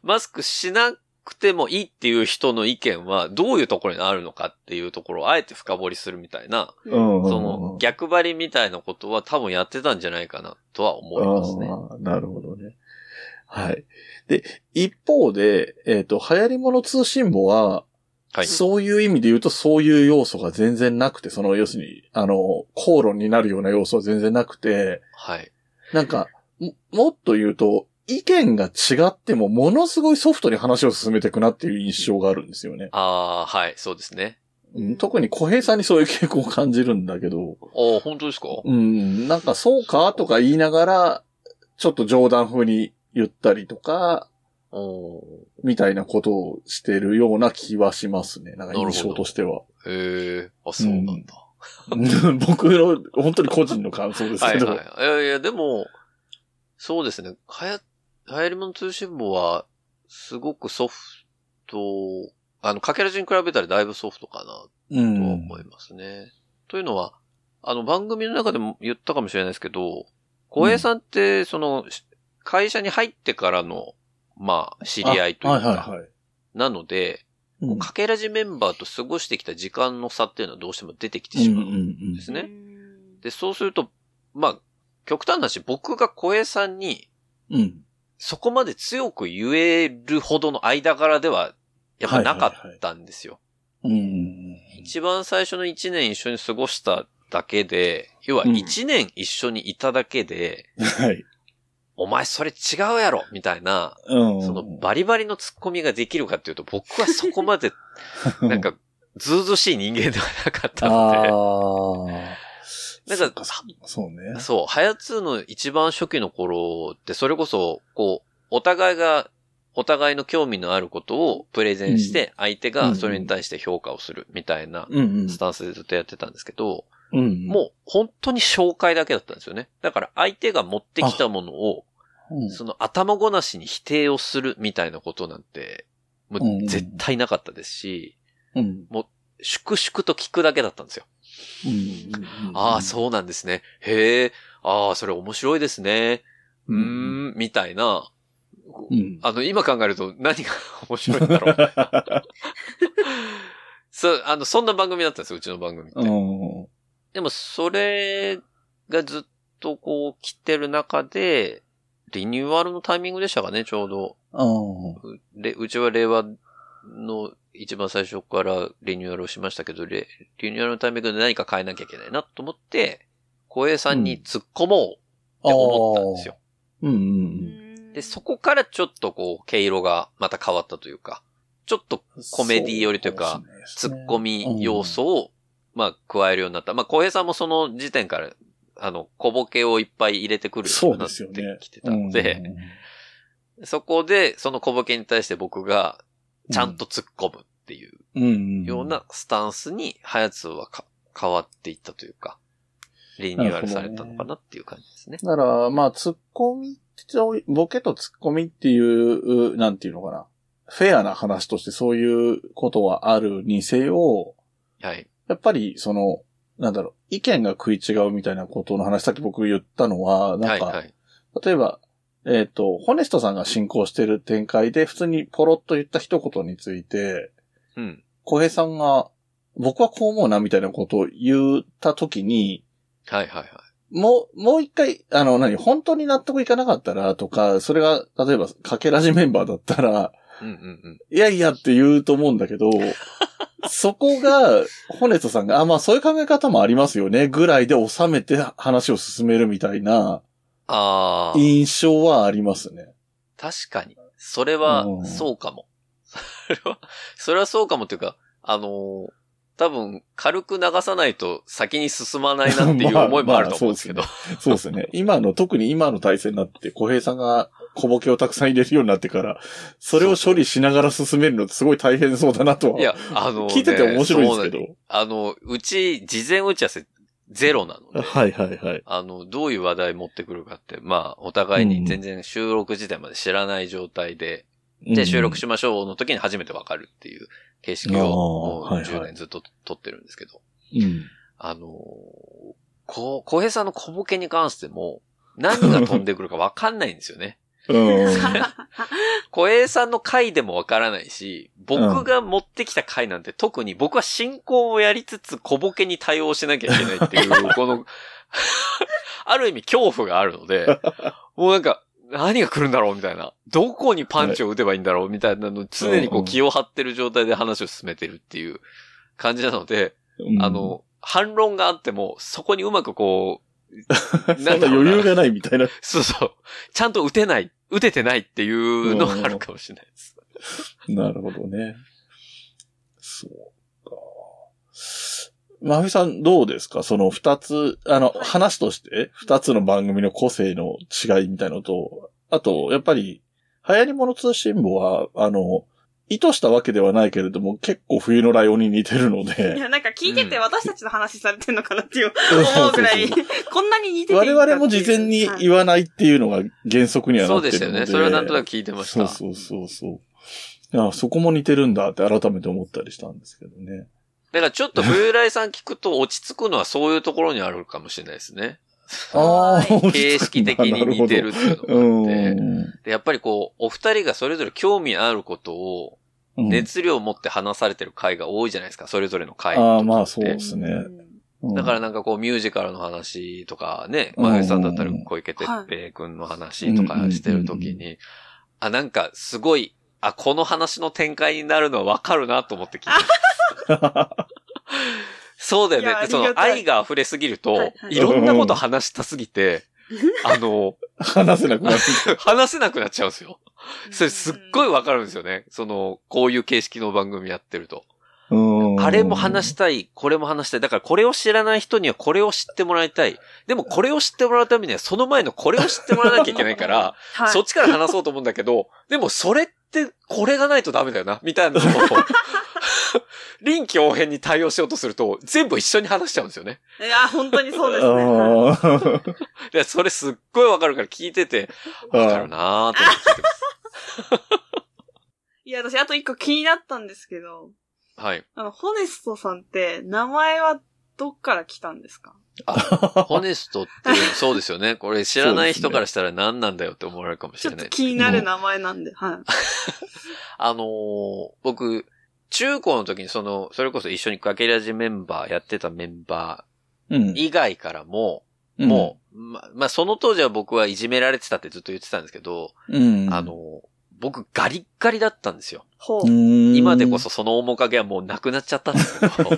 Speaker 3: マスクしなくてもいいっていう人の意見はどういうところにあるのかっていうところをあえて深掘りするみたいな、
Speaker 2: い。
Speaker 1: うんうんうん
Speaker 3: その逆張りみたいなことは多分やってたんじゃないかなとは思いますね。
Speaker 1: ああ、なるほどね。はい。で、一方で、えっ、と、流行り物通信簿は、
Speaker 3: はい。
Speaker 1: そういう意味で言うと、そういう要素が全然なくて、その、要するに、あの、口論になるような要素は全然なくて、
Speaker 3: はい。
Speaker 1: なんか、ももっと言うと、意見が違っても、ものすごいソフトに話を進めていくなっていう印象があるんですよね。
Speaker 3: ああ、はい、そうですね。
Speaker 1: うん特に小平さんにそういう傾向を感じるんだけど、
Speaker 3: お本当ですか
Speaker 1: うん、なんかそうかとか言いながら、ちょっと冗談風に言ったりとか、
Speaker 3: おー
Speaker 1: みたいなことをしてるような気はしますね。なんか印象としては。
Speaker 3: へえ、あ、そうなんだ。
Speaker 1: 僕の本当に個人の感想です
Speaker 3: は
Speaker 1: け
Speaker 3: い
Speaker 1: ど。
Speaker 3: はい。いやいや、でも、そうですね。はや、流行り物通信簿は、すごくソフト、あの、かけらじに比べたらだいぶソフトかな、
Speaker 1: う
Speaker 3: とは
Speaker 1: ん。
Speaker 3: 思いますね。というのは、あの、番組の中でも言ったかもしれないですけど、小平さんって、その、し会社に入ってからの、まあ、知り合いという
Speaker 1: はいはい
Speaker 3: か、
Speaker 1: はい。
Speaker 3: なので、
Speaker 1: うん
Speaker 3: かけらじメンバーと過ごしてきた時間の差っていうのはどうしても出てきて
Speaker 1: う
Speaker 3: し
Speaker 1: んう
Speaker 3: まうん
Speaker 1: ん
Speaker 3: ですね。で、そうすると、まあ、極端な話、僕が小江さんに、
Speaker 1: うん。うん。
Speaker 3: そこまで強く言えるほどの間柄では、やっぱなかったんですよ。
Speaker 1: うん。
Speaker 3: 一番最初の一年一緒に過ごしただけで、要は
Speaker 1: うん
Speaker 3: 一年一緒にいただけで、
Speaker 1: はい。
Speaker 3: お前それ違うやろみたいな、
Speaker 1: うん。
Speaker 3: そのバリバリのツッコミができるかっていうと、僕はそこまで、なん、か、ずうずうしい人間ではなかっ た
Speaker 1: あ
Speaker 3: の
Speaker 1: あ。
Speaker 3: で、
Speaker 1: そ
Speaker 3: な
Speaker 1: っ
Speaker 3: ん
Speaker 1: か
Speaker 3: か、
Speaker 1: そそうね。
Speaker 3: そう、ハヤツーの一番初期の頃って、それこそ、こう、お互いが、お互いの興味のあることをプレゼンして、相手がそれに対して評価をするみたいな
Speaker 1: うん
Speaker 3: スタンスでずっとやってたんですけど、
Speaker 1: うん。うん、
Speaker 3: もう本当に紹介だけだったんですよね。だから相手が持ってきたものを、
Speaker 1: うん、
Speaker 3: その頭ごなしに否定をするみたいなことなんて、も
Speaker 1: うんうん
Speaker 3: う絶対なかったですし、
Speaker 1: うん。
Speaker 3: 粛々と聞くだけだったんですよ。ああ、そうなんですね。へえ、ああ、それ面白いですね。
Speaker 1: う
Speaker 3: うー
Speaker 1: ん。
Speaker 3: ん、みたいな。
Speaker 1: うん。
Speaker 3: あの、今考えると何が 面白いん だろう。そう、あの、そんな番組だったんですよ、うちの番組って。
Speaker 1: うん。
Speaker 3: でも、それがずっとこう来てる中で、リニューアルのタイミングでしたかね、ちょうど。
Speaker 1: うん。
Speaker 3: うれうちは令和の一番最初からリニューアルをしましたけど、れリニューアルのタイミングで何か変えなきゃいけないなと思って、小平さんに突っ込もうって思ったんですよ。
Speaker 1: うん。うん。
Speaker 2: ん
Speaker 3: で、そこからちょっとこう、毛色がまた変わったというか、ちょっとコメディ寄りというか、突っ込み要素を、まあ、加えるようになった。まあ、浩平さんもその時点から、あの、小ボケをいっぱい入れてくるようになっ
Speaker 1: そうですよね
Speaker 3: てきてたので、そこで、その小ボケに対して僕が、ちゃんと突っ込むっていう
Speaker 1: うん、うん。
Speaker 3: ようなスタンスに、ハヤツはか変わっていったというか、リニューアルされたのかなっていう感じですね。
Speaker 1: だから、まあ、突っ込みと、ボケと突っ込みっていう、なんていうのかな。フェアな話としてそういうことはあるにせよ、
Speaker 3: はい。
Speaker 1: やっぱり、その、なんだろう、意見が食い違うみたいなことの話、さっき僕言ったのは、な
Speaker 3: は
Speaker 1: ん
Speaker 3: い、
Speaker 1: か、
Speaker 3: はい。
Speaker 1: 例えば、えっ、と、ホネストさんが進行してる展開で、普通にポロッと言った一言について、
Speaker 3: うん。
Speaker 1: 小平さんが、僕はこう思うな、みたいなことを言ったときに、
Speaker 3: はい、はい、はい。
Speaker 1: もう、もう一回、あの、何、本当に納得いかなかったらとか、それが、例えば、かけらじメンバーだったら、
Speaker 3: うん、うん、うん。
Speaker 1: いやいやって言うと思うんだけど、そこが、ホネストさんが、あ、まあそういう考え方もありますよね、ぐらいで収めて話を進めるみたいな
Speaker 3: ああ。
Speaker 1: 印象はありますね。
Speaker 3: 確かに。それは
Speaker 1: う、ん
Speaker 3: そうかも。 それは、それはそうかもっていうか、あのー多分、軽く流さないと先に進まないなって いう
Speaker 1: まあ
Speaker 3: 思いもあると思うんですけど。
Speaker 1: まそうですね。今の、特に今の体制になって、小平さんが小ボケをたくさん入れるようになってから、それを処理しながら進めるのってすごい大変そうだなとは。
Speaker 3: いや、あのーね
Speaker 1: 聞いてて面白いですけど
Speaker 3: そうなのあの、うち、事前打ち合わせゼロなので、
Speaker 1: はいはいはい。
Speaker 3: あの、どういう話題持ってくるかって、まあ、お互いに全然収録自体まで知らない状態で、で、収録しましょうの時に初めてわかるっていう形式を、もう
Speaker 1: あーはいはい
Speaker 3: 10年ずっと撮ってるんですけど。
Speaker 1: うん。
Speaker 3: あのー、こう、小平さんの小ボケに関しても、何が飛んでくるか分かんないんですよね。
Speaker 1: うん。
Speaker 3: 小平さんの回でも分からないし、僕が持ってきた回なんて特に僕は進行をやりつつ小ボケに対応しなきゃいけないっていう、この、ある意味恐怖があるので、もうなんか、何が来るんだろうみたいな。どこにパンチを打てばいいんだろうみたいなの、常にこう気を張ってる状態で話を進めてるっていう感じなので、 あ、の、反論があっても、そこにうまくこ
Speaker 1: そ、
Speaker 3: うん な
Speaker 1: なん
Speaker 3: だ
Speaker 1: 余
Speaker 3: ろうな
Speaker 1: 裕がないみたいな。
Speaker 3: そうそう、ちゃんと打てない、打ててないっていうのがあるかもしれないです。
Speaker 1: なるほどね。そうか。まふみさんどうですかその二つ、あの、話として二つの番組の個性の違いみたいのと、あと、やっぱり、流行り物通信簿は、あの、意図したわけではないけれども、結構冬のライオンに似てるの
Speaker 2: い
Speaker 1: で、
Speaker 2: や、なんか聞いてて
Speaker 3: うん
Speaker 2: 私たちの話されてんのかなっていう思うぐらい、こんなに似てていい
Speaker 1: 我
Speaker 2: んだっていう
Speaker 1: 々も事前に
Speaker 2: はい
Speaker 1: 言わないっていうのが原則にはな
Speaker 3: そ
Speaker 1: っ
Speaker 3: う
Speaker 1: て
Speaker 3: で
Speaker 1: るので。
Speaker 3: したよね。それはなんとなく聞いてました。
Speaker 1: そうそうそうそう。あそこも似てるんだって改めて思ったりしたんですけどね。
Speaker 3: だからちょっと冬来さん聞くと落ち着くのはそういうところにあるかもしれないですね。
Speaker 1: ああ、
Speaker 3: 形式的に似てるっていう
Speaker 1: う
Speaker 3: の
Speaker 1: ん。
Speaker 3: があって。
Speaker 1: う
Speaker 3: でやっぱりこう、お二人がそれぞれ興味あることを
Speaker 1: ん。
Speaker 3: 熱量を持って話されてる回が多いじゃないですか。それぞれの回。
Speaker 1: ああ、まあそう
Speaker 3: で
Speaker 1: ですね。
Speaker 3: だから
Speaker 1: な、
Speaker 3: なんかこうミュージカルの話とかね、
Speaker 1: うん
Speaker 3: まあ、さんだったら小池徹平君の話とかしてるときに、あ、なんかすごい、あ、この話の展開になるのはわかるなと思って聞いて。 そうだよね
Speaker 2: いや
Speaker 3: って、そ
Speaker 2: ありが
Speaker 3: の
Speaker 2: たい
Speaker 3: 愛が溢れすぎると、
Speaker 2: はいいはい
Speaker 3: ろんなこと話したすぎて、あの、
Speaker 1: 話せなくなる。
Speaker 3: 話せなくなっちゃうんですよ。
Speaker 2: うん
Speaker 3: それすっごいわかるんですよね。その、こういう形式の番組やってると。
Speaker 1: うん。
Speaker 3: あれも話したい、これも話したい。だからこれを知らない人にはこれを知ってもらいたい。でもこれを知ってもらうためにはその前のこれを知ってもらわなきゃいけないから、
Speaker 2: はい。
Speaker 3: そっちから話そうと思うんだけど、でもそれってこれがないとダメだよな、みたいなのを、臨機応変に対応しようとすると、全部一緒に話しちゃうんですよね。
Speaker 2: いや、本当にそうですね。はい
Speaker 1: あ
Speaker 3: で、それすっごいわかるから聞いてて、
Speaker 1: ー
Speaker 3: わかるなーと思って聞いてます。
Speaker 2: いや、私、あと一個気になったんですけど、
Speaker 3: はい。
Speaker 2: あの、ホネストさんって、名前はどっから来たんですか
Speaker 3: ホネストって、そうですよね。これ知らない人からしたら何なんだよって思われるかもし
Speaker 2: ちょ
Speaker 3: れ
Speaker 2: っ
Speaker 3: な
Speaker 2: と
Speaker 3: い。
Speaker 2: 気になる名前なんで、はい。
Speaker 3: あのー僕、中高の時にその、それこそ一緒にかけラジメンバーやってたメンバ
Speaker 1: うん
Speaker 3: ー以外からも、
Speaker 1: うん
Speaker 3: もう、ま、まあ、その当時は僕はいじめられてたってずっと言ってたんですけど、
Speaker 1: うん、
Speaker 3: あのー僕ガリッガリだったんですよ。
Speaker 2: ほう
Speaker 1: う。ん、
Speaker 3: 今でこそその面影はもうなくなっちゃったんです けど。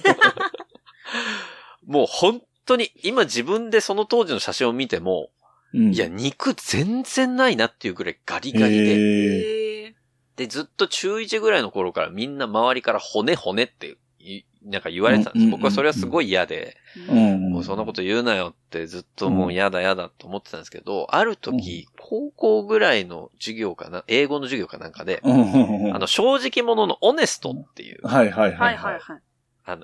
Speaker 3: もう本当に、今自分でその当時の写真を見ても、
Speaker 1: うん、
Speaker 3: いや、肉全然ないなっていうぐらいガリ
Speaker 1: へ
Speaker 3: ガリで、
Speaker 1: ー
Speaker 2: えー、
Speaker 3: で、ずっと中1ぐらいの頃からみんな周りから骨骨ってい、なんか言われてたんで
Speaker 1: うんうんうんう
Speaker 3: す。
Speaker 1: ん
Speaker 3: 僕はそれはすごい嫌で、
Speaker 1: うん、
Speaker 3: もうそんなこと言うなよってずっともう嫌だ嫌だと思ってたんですけど、ある時、高校ぐらいの授業かな、英語の授業かなんかで、
Speaker 1: うんうんうん
Speaker 3: あの、正直者のオネストっていう、
Speaker 1: はいはい
Speaker 2: は
Speaker 1: はいい。
Speaker 2: はいはい。
Speaker 3: あの、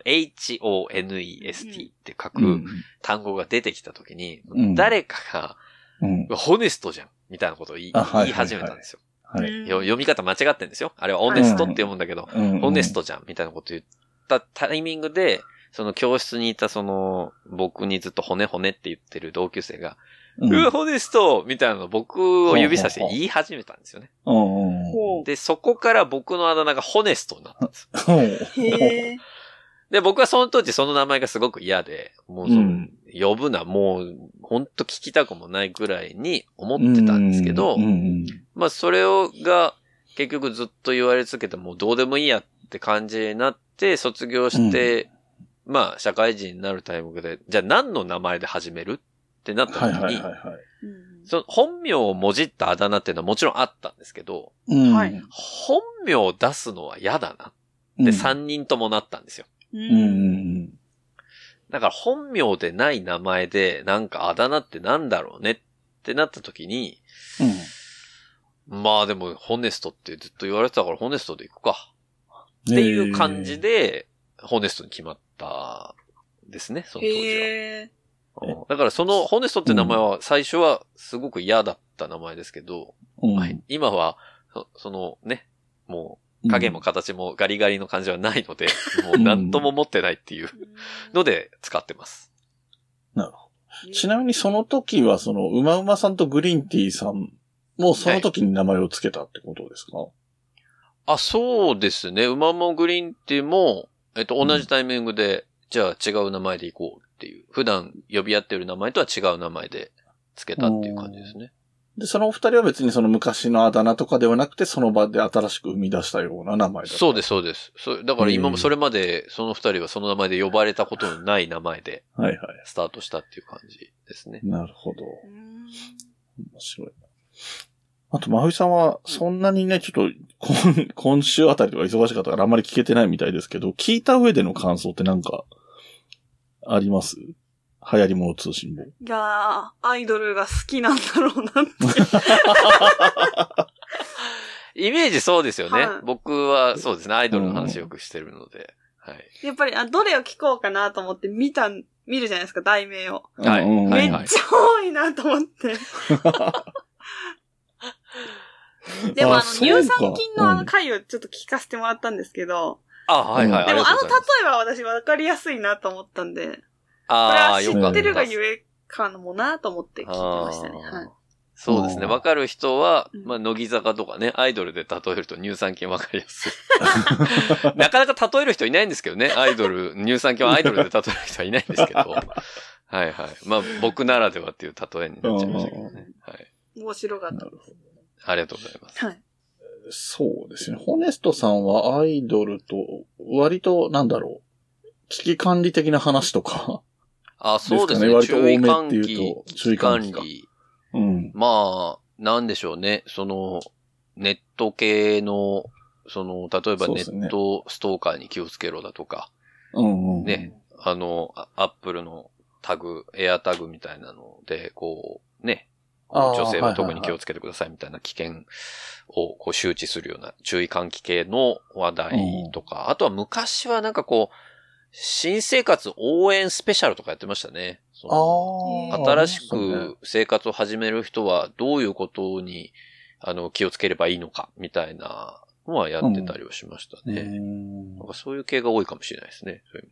Speaker 3: H-O-N-E-S-T って書
Speaker 1: う
Speaker 3: く
Speaker 1: ん
Speaker 3: 単語が出てきた時に、
Speaker 1: うん
Speaker 3: 誰か
Speaker 1: うん。
Speaker 3: が、ホネストじゃんみたいなことを言い
Speaker 1: あはいはいはい
Speaker 3: 言い始めたんですよ。
Speaker 1: はい。
Speaker 3: よ読み方間違ってんですよ。あれはオネストって読むんだけど、
Speaker 1: うん
Speaker 3: ホネス。トじゃん、みたいなこと言ったタイミングで、その教室にいたその、僕にずっと骨骨って言ってる同級生が、
Speaker 1: う。
Speaker 3: うんわ、ホネストみたいなのを僕を指さして言い始めたんですよね。
Speaker 1: うんうん
Speaker 2: ほう。
Speaker 3: で、そこから僕のあだ名がホネストになった んです。
Speaker 2: へえ。
Speaker 3: で、僕はその当時その名前がすごく嫌で、もうその
Speaker 1: うん
Speaker 3: 呼ぶな、もう、ほんと聞きたくもないぐらいに思ってたんですけど、
Speaker 1: うんうん
Speaker 3: まあそれをが結局ずっと言われ続けてもうどうでもいいやって感じになって卒業して、まあ社会人になるタイミングで、じゃあ何の名前で始めるってなった時
Speaker 1: はい
Speaker 3: に、
Speaker 1: はいはいは
Speaker 2: うん
Speaker 3: その本名をもじったあだ名っていうのはもちろんあったんですけど、
Speaker 1: い。うん
Speaker 2: はい
Speaker 3: 本名を出すのは嫌だな
Speaker 1: うん
Speaker 3: って3人ともなったんですよ。
Speaker 1: うんう
Speaker 2: うん
Speaker 1: ん
Speaker 3: だから本名でない名前でなんかあだ名ってなんだろうねってなった時に、
Speaker 1: うん。
Speaker 3: まあでもホネストってずっと言われてたからホネストでいくか。っていう感じで、ホネストに決まったですね、その当時
Speaker 2: へえ。
Speaker 3: は。うんだからそのホネストって名前は最初はすごく嫌だった名前ですけど、
Speaker 1: えー。
Speaker 3: は
Speaker 1: う
Speaker 3: い
Speaker 1: ん
Speaker 3: 今はそ、そのね、もう影も。形もガリガリの感じはない ので、もう何とも持ってないっていうので使ってます。
Speaker 1: ちなみにその時は、その、うまうまさんとグリーンティーさんもその時に名前をつけたってことですか、
Speaker 3: あ、そうですね。馬もグリーンティーも、えっと、同じタイミングで、じゃあ違う名前でいこうっていう、普段呼び合ってる名前とは違う名前で付けたっていう感じですね。
Speaker 1: で、そのお二人は別にその昔のあだ名とかではなくて、その場で新しく生み出したような名前だった。
Speaker 3: そうです、そうです。そだから今
Speaker 1: うん
Speaker 3: もそれまで、その二人はその名前で呼ばれたことのない名前で
Speaker 1: はいはい。
Speaker 3: スタートしたっていう感じですね。
Speaker 1: なるほど。
Speaker 2: うん
Speaker 1: 面白いな。あと、まふいさんは、そんなにね、ちょっと、 今、今週あたりとか忙しかったからあんまり聞けてないみたいですけど、聞いた上での感想ってなんか、あります流行り物通信簿。
Speaker 2: いやー、アイドルが好きなんだろうなって。
Speaker 3: イメージそうですよね。
Speaker 2: はい
Speaker 3: 僕はそうですね。アイドルの話よくしてるので。はい。
Speaker 2: やっぱり、あ、どれを聞こうかなと思って見た、見るじゃないですか、題名を。
Speaker 3: はい
Speaker 1: うん
Speaker 3: は
Speaker 2: め
Speaker 3: い
Speaker 2: っ
Speaker 3: はい
Speaker 2: ちゃ多いなと思って。 でもあ
Speaker 1: あ
Speaker 2: の、
Speaker 1: そうか
Speaker 2: 乳酸菌のあ
Speaker 1: う
Speaker 2: の
Speaker 1: ん
Speaker 2: 回をちょっと聞かせてもらったんですけど、
Speaker 3: あ、はいはい。
Speaker 2: でもあの
Speaker 3: りがとう
Speaker 2: 例
Speaker 3: ございます
Speaker 2: えは私分かりやすいなと思ったんで、これ
Speaker 3: あ
Speaker 2: は
Speaker 3: あ、
Speaker 2: 知
Speaker 3: よか
Speaker 2: っ
Speaker 3: って
Speaker 2: る
Speaker 3: た
Speaker 2: が
Speaker 3: です。
Speaker 2: ゆえかもなと思って聞いてましたね。
Speaker 3: あー
Speaker 2: はい
Speaker 3: そうですね。わかる人は
Speaker 2: うん、
Speaker 3: まあ、乃木坂とかね、アイドルで例えると乳酸菌わかりやすい。 なかなか例える人いないんですけどね。アイドル、乳酸菌はアイドルで例える人はいないんですけど。はいはい。まあ、僕ならではっていう例えになっちゃいましたけどね。はい。
Speaker 2: 面白かっ
Speaker 1: な
Speaker 2: た
Speaker 1: る。ほど。
Speaker 3: ありがとうございます。
Speaker 2: はい。
Speaker 1: そうですね。ホネストさんはアイドルと、割と、なんだろう、危機管理的な話とか。
Speaker 3: あ、そうですね。
Speaker 1: ですかね
Speaker 3: 注意
Speaker 1: 割と多
Speaker 3: 喚
Speaker 1: めって
Speaker 3: 起
Speaker 1: いうと、
Speaker 3: 危
Speaker 1: 注意
Speaker 3: 機
Speaker 1: 喚
Speaker 3: 管
Speaker 1: 起か
Speaker 3: 理。
Speaker 1: うん。
Speaker 3: まあ、なんでしょうね。その、ネット系の、その、例えば
Speaker 1: そう
Speaker 3: ネ
Speaker 1: ですね
Speaker 3: ットストーカーに気をつけろだとか、
Speaker 1: うんうん。
Speaker 3: ね。あの、あアップルのタグ、エアタグみたいなので、こう、ね、
Speaker 1: あー
Speaker 3: 女性は特に気を
Speaker 1: つ
Speaker 3: つけてくださいみたいな危険をこう周知するような注意喚起系の話題とか、あとは昔はなんかこう、新生活応援スペシャルとかやってましたね。その
Speaker 1: ああ。
Speaker 3: 新し
Speaker 1: そうね
Speaker 3: く生活を始める人はどういうことにあの気をつければいいのかみたいなのはやってたりはしましたね。
Speaker 1: うん
Speaker 3: なんかそういう系が多いかもしれないですね。そういう意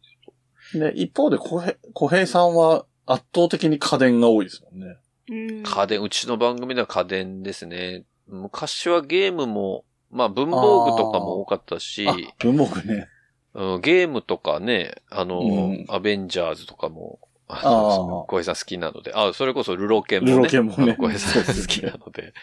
Speaker 3: 味で言う
Speaker 1: で、一方で小平、小平さんは圧倒的に家電が多いですもんね。
Speaker 2: うん
Speaker 3: と家電、うちの番組では家電ですね。昔はゲームも、まあ文房具とかも多かったし、
Speaker 1: あ、文房具ね。
Speaker 3: うんゲームとかね、あの、
Speaker 1: うん
Speaker 3: アベンジャーズとかも、あ
Speaker 1: あ
Speaker 3: の
Speaker 1: ー
Speaker 3: 小平さん好きなので、あ、それこそルロケンもね、
Speaker 1: ルロケンもね
Speaker 3: あの小平さん
Speaker 1: そうですね
Speaker 3: 好きなので、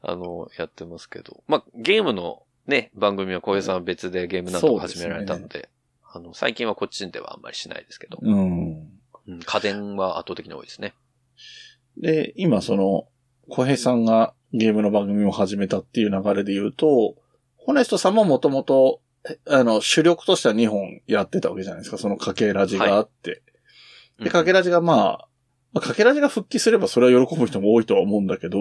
Speaker 3: あの、やってますけど、まあ、ゲームのね、番組は小平さんは別でゲームなんとか始められたので、あの、最近はこっちではあんまりしないですけど、
Speaker 1: うん。
Speaker 3: うん家電は圧倒的に多いですね。
Speaker 1: で、今その、小平さんがゲームの番組を始めたっていう流れで言うと、ホネストさんももともと、えあの、主力としては2本やってたわけじゃないですか。そのかけラジがあって。
Speaker 3: うん
Speaker 1: で、かけラジがまあ、まあかけラジが復帰すればそれは喜ぶ人も多いとは思うんだけど、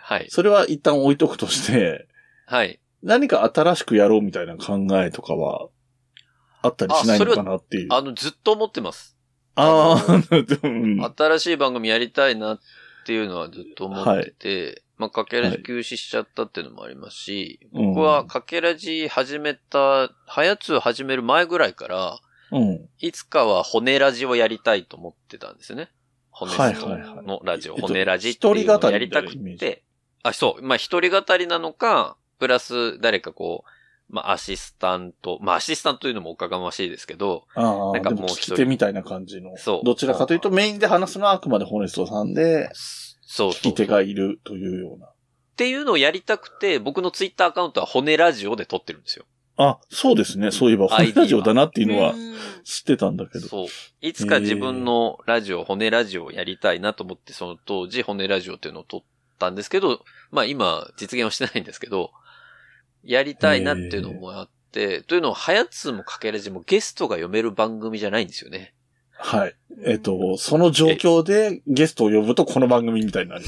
Speaker 3: はい。
Speaker 1: それは一旦置いとくとして、
Speaker 3: はい。
Speaker 1: 何か新しくやろうみたいな考えとかは、あったりしないのかなっていう。
Speaker 3: あの、ずっと思ってます。
Speaker 1: ああ、でも うん
Speaker 3: 新しい番組やりたいなっていうのはずっと思ってて、まあ、かけらじ休止しちゃったっていうのもありますし、
Speaker 1: うん
Speaker 3: 僕はかけらじ始めた、はやつ始める前ぐらいから、
Speaker 1: うん。
Speaker 3: いつかは骨ラジをやりたいと思ってたんですよね。骨
Speaker 1: はい
Speaker 3: スト
Speaker 1: はいはい
Speaker 3: のラジオ、
Speaker 1: えっと
Speaker 3: 骨ラジっていうのをやりたく
Speaker 1: 一人語りみたいなイメ
Speaker 3: っ
Speaker 1: ージ
Speaker 3: て、あ、そう、まあ一人語りなのか、プラス誰かこう、まあアシスタント、まあアシスタントというのもおかがましいですけど、
Speaker 1: ああ、
Speaker 3: なんか
Speaker 1: でも
Speaker 3: もう一人
Speaker 1: 聞き手みたいな感じの。
Speaker 3: そう
Speaker 1: どちらかというとメインで話すのはあくまでホネストさんで、
Speaker 3: そう
Speaker 1: 聞
Speaker 3: そう
Speaker 1: き手がいるというような。
Speaker 3: っていうのをやりたくて、僕のツイッターアカウントは骨ラジオで撮ってるんですよ。
Speaker 1: あ、そうですね。そういえば、ホ
Speaker 3: ID
Speaker 1: ネ
Speaker 3: は
Speaker 1: ラジオだなっていうのは
Speaker 2: ん
Speaker 1: 知ってたんだけど。
Speaker 3: そう。いつか自分のラジオ、骨ラジオをやりたいなと思って、その当時、骨ラジオっていうのを撮ったんですけど、まあ今、実現はしてないんですけど、やりたいなっていうのもあって、というのを、はやつもかけらじもゲストが読める番組じゃないんですよね。
Speaker 1: はい。えっ、 と、その状況でゲストを呼ぶとこの番組みたいになる。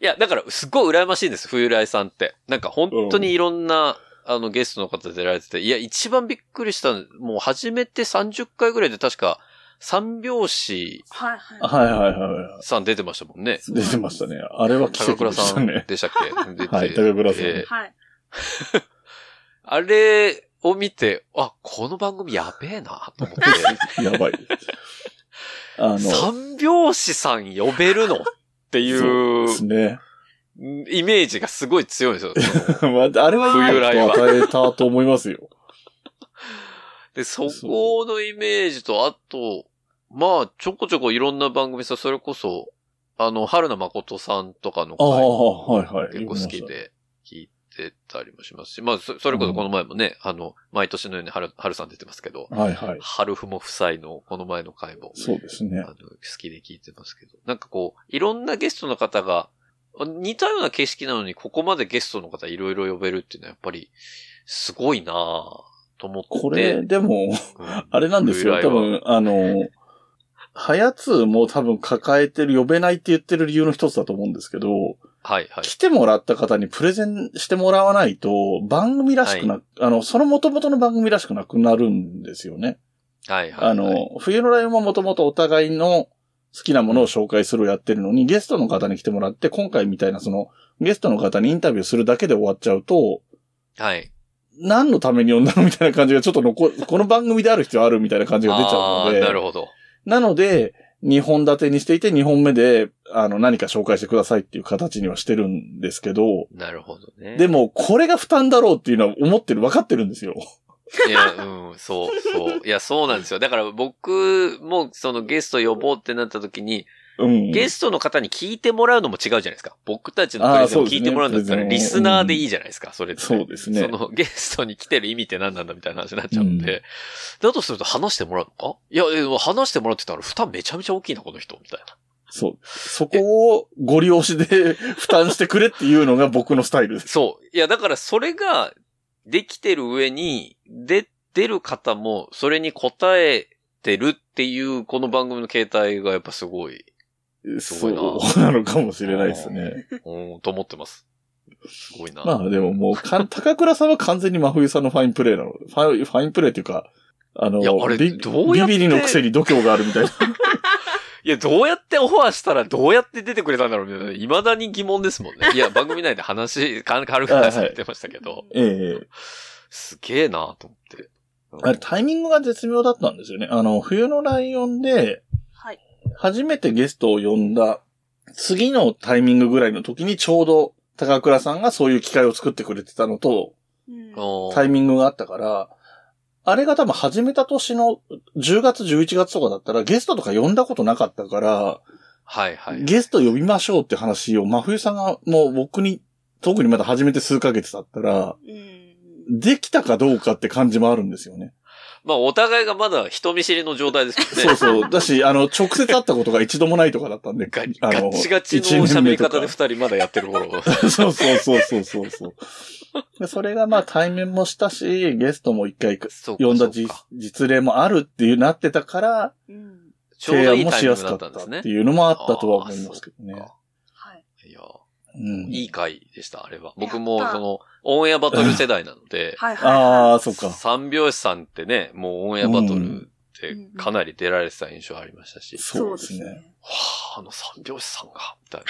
Speaker 3: いや、だから、すっごい羨ましいんです、冬来さんって。なんか、本当にいろんな、あの、ゲストの方出られてて、いや、一番びっくりしたの、もう初めて30回ぐらいで確か、三拍子
Speaker 2: はいはい。
Speaker 1: はいはいは
Speaker 3: さん出てましたもんね。
Speaker 1: い。出てましたね。あれは奇
Speaker 3: 高
Speaker 1: 跡
Speaker 3: 倉
Speaker 1: でし
Speaker 3: さ
Speaker 1: た
Speaker 3: ん
Speaker 1: ね。
Speaker 3: でしたっけ出て
Speaker 1: はい高倉さん
Speaker 3: えー
Speaker 2: はい。
Speaker 3: あれを見て、あ、この番組やべえな、と思って。
Speaker 1: や ばい。 あの、
Speaker 3: 三拍子さん呼べるのってい
Speaker 1: そう
Speaker 3: う
Speaker 1: ですね。
Speaker 3: イメージがすごい強いんですよ。その
Speaker 1: まあ、あれは
Speaker 3: 冬来は
Speaker 1: 与えたと思いますよ。
Speaker 3: で、そこのイメージと、あと、まあ、ちょこちょこいろんな番組さ、それこそ、あの、春名誠さんとか
Speaker 1: あ
Speaker 3: の回
Speaker 1: あ、はいはい。
Speaker 3: 結構好きで聞いてたりもしますし、まあ、そそれこそこの前もね、あの、毎年のように春、春さん出てますけど、
Speaker 1: はいはい。
Speaker 3: 春ふも夫妻のこの前の回も、
Speaker 1: そうですね
Speaker 3: あ。の、好きで聞いてますけど、なんかこう、いろんなゲストの方が、似たような形式なのに、ここまでゲストの方いろいろ呼べるっていうのはやっぱり、すごいなぁと思って。
Speaker 1: これ、でも、
Speaker 3: うん
Speaker 1: あれなんですよ。
Speaker 3: 由来
Speaker 1: 多
Speaker 3: は
Speaker 1: 分、あの、はやつも多分抱えてる、呼べないって言ってる理由の一つだと思うんですけど、
Speaker 3: はいはい。
Speaker 1: 来てもらった方にプレゼンしてもらわないと、番組らしくな、あの、その元々の番組らしくなくなるんですよね。
Speaker 3: はいはい。
Speaker 1: あの、、冬のライオンももともとお互いの好きなものを紹介するをやってるのに、ゲストの方に来てもらって、今回みたいなその、ゲストの方にインタビューするだけで終わっちゃうと、
Speaker 3: はい。
Speaker 1: 何のために呼んだのみたいな感じがちょっと残、 この番組である必要あるみたいな感じが出ちゃうので。
Speaker 3: あーなるほど。
Speaker 1: なので、2本立てにしていて、2本目で、あの、何か紹介してくださいっていう形にはしてるんですけど、
Speaker 3: なるほどね。
Speaker 1: で、も、これが負担だろうっていうのは思ってる、分かってるんですよ。
Speaker 3: いや、うん、そう、そう。いや、そうなんですよ。だから僕も、そのゲスト呼ぼうってなった時に、
Speaker 1: うん。
Speaker 3: ゲストの方に聞いてもらうのも違うじゃないですか。僕たちのプレゼンを聞いてもらうんだった
Speaker 1: あ
Speaker 3: ら、
Speaker 1: ーそう
Speaker 3: リ
Speaker 1: ですね
Speaker 3: スナーでいいじゃないですか、それって。
Speaker 1: そうですね
Speaker 3: そ。のゲストに来てる意味って何なんだみたいな話になっちゃうんで、だとすると話してもらうのかいや、いや話してもらうって言ったら負担めちゃめちゃ大きいな、この人、みたいな。
Speaker 1: そう。そこをご利用しで負担してく れっていうのが僕のスタイルです。
Speaker 3: そう。いや、だからそれができてる上に、出出る方も、それに応えてるっていう、この番組の形態がやっぱすごい、すごいな
Speaker 1: そうなのかもしれないですね。
Speaker 3: うん、と思ってます。すごいな。
Speaker 1: まあでももうか ん、高倉さんは完全に真冬さんのファインプレーなの。ファインファインプレーっていうか、あの、
Speaker 3: いやあれ
Speaker 1: ビ
Speaker 3: どうやって
Speaker 1: ビビリのくせに度胸があるみたいな。
Speaker 3: いや、どうやってオファーしたらどうやって出てくれたんだろうみたいな、未だに疑問ですもんね。 いや、番組内で話、か軽く話されてましたけど、
Speaker 1: ええ
Speaker 3: すげえなと思って。うん
Speaker 1: あれタイミングが絶妙だったんですよね。あの、冬のライオンで、
Speaker 2: はい。
Speaker 1: 初めてゲストを呼んだ次のタイミングぐらいの時にちょうど高倉さんがそういう機会を作ってくれてたのと
Speaker 2: うん
Speaker 3: おー
Speaker 1: タイミングがあったから、あれが多分始めた年の10月11月とかだったらゲストとか呼んだことなかったから、
Speaker 3: はいはい。
Speaker 1: ゲスト呼びましょうって話を真冬さんがもう僕に特にまだ始めて数ヶ月だった
Speaker 2: う
Speaker 1: ら、
Speaker 2: ん。
Speaker 1: できたかどうかって感じもあるんですよね。
Speaker 3: まあ、お互いがまだ人見知りの状態ですけどね。
Speaker 1: そうそう。だ し、あの、直接会ったことが一度もないとかだったんで。
Speaker 3: ガ
Speaker 1: あ
Speaker 3: ガッチガチの
Speaker 1: 一年
Speaker 3: 喋
Speaker 1: 目
Speaker 3: り
Speaker 1: と
Speaker 3: 方
Speaker 1: か
Speaker 3: で二人まだやってる頃。
Speaker 1: そうそうそうそうそうそうで。それがまあ対面もしたし、ゲストも一回
Speaker 3: そうか
Speaker 1: 呼んだ
Speaker 3: そう
Speaker 1: 実
Speaker 3: か
Speaker 1: 実例もあるっていうなってたから、
Speaker 2: うん。
Speaker 3: ちょうどいい
Speaker 1: も
Speaker 3: タイ
Speaker 1: し
Speaker 3: ミン
Speaker 1: や
Speaker 3: グ
Speaker 1: す
Speaker 3: だ
Speaker 1: かった
Speaker 3: っんで
Speaker 1: た
Speaker 3: す
Speaker 1: っ
Speaker 3: ね
Speaker 1: て。いうのもあったとは思いますけどね。
Speaker 2: はい。
Speaker 3: いや、
Speaker 1: うん、
Speaker 3: いい回でした、あれは。
Speaker 2: やった
Speaker 3: 僕も、その、オンエアバトル世代なので、
Speaker 2: はいはい、はい。
Speaker 1: ああ、そっか。
Speaker 3: 三拍子さんってね、もうオンエアバトルって
Speaker 2: うん
Speaker 3: かなり出られてた印象ありましたし、
Speaker 1: そうですね。。
Speaker 3: はあ、あの三拍子さんが、みたい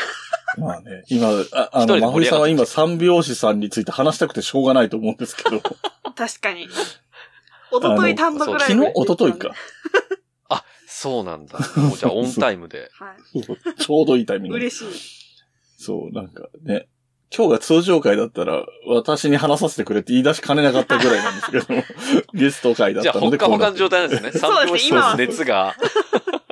Speaker 3: な。
Speaker 1: まあね。今、ああ
Speaker 3: 一人
Speaker 1: の、
Speaker 3: で
Speaker 1: ま
Speaker 3: 盛
Speaker 1: ふり
Speaker 3: り上
Speaker 1: さん
Speaker 3: がっ
Speaker 1: は
Speaker 3: て
Speaker 1: 今
Speaker 3: ま
Speaker 1: 三拍子さんについて話したくてしょうがないと思うんですけ ど、
Speaker 2: 確かに。おととい単独ライブ。
Speaker 1: 昨日、一昨日か。。
Speaker 3: あ、そうな んだ。もうじゃあオンタイムで。
Speaker 2: はい。
Speaker 1: ちょうどいいタイミングで。
Speaker 2: 嬉しい。
Speaker 1: そう、なんかね。今日が通常会だったら、私に話させてくれって言い出しかねなかったぐらいなんですけど、 ゲスト会だっ
Speaker 3: じゃあ、
Speaker 1: たの
Speaker 3: ほっ
Speaker 1: で
Speaker 3: か
Speaker 1: こ
Speaker 3: ほ
Speaker 1: うな
Speaker 3: か
Speaker 1: っ
Speaker 3: の
Speaker 1: て
Speaker 3: 状態なんですね。
Speaker 2: そう
Speaker 3: 三
Speaker 2: ですね
Speaker 3: 拍子の熱が。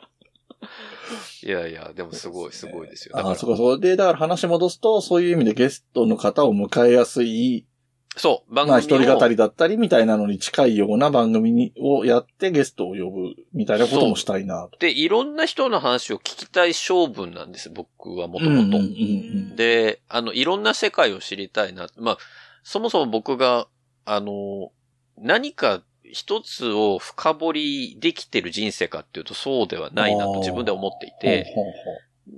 Speaker 3: いやいや、でもすごい、すごいですよ。だか
Speaker 1: あ
Speaker 3: ら
Speaker 1: あ、そうか、そう。で、だから話戻すと、そういう意味でゲストの方を迎えやすい、
Speaker 3: そう、番
Speaker 1: まあ、一
Speaker 3: 組
Speaker 1: 人語
Speaker 3: を
Speaker 1: りだったりみたいなのに近いような番組にをやってゲストを呼ぶみたいなこともしたいなと。
Speaker 3: で、いろんな人の話を聞きたい性分なんです、僕はもと
Speaker 1: うんうんう
Speaker 3: もと。
Speaker 1: ん
Speaker 3: で、あの、いろんな世界を知りたいな。まあ、そもそも僕が、あの、何か一つを深掘りできてる人生かっていうとそうではないな
Speaker 1: あ
Speaker 3: と
Speaker 1: ー
Speaker 3: 自分で思っていて、
Speaker 1: ほうほう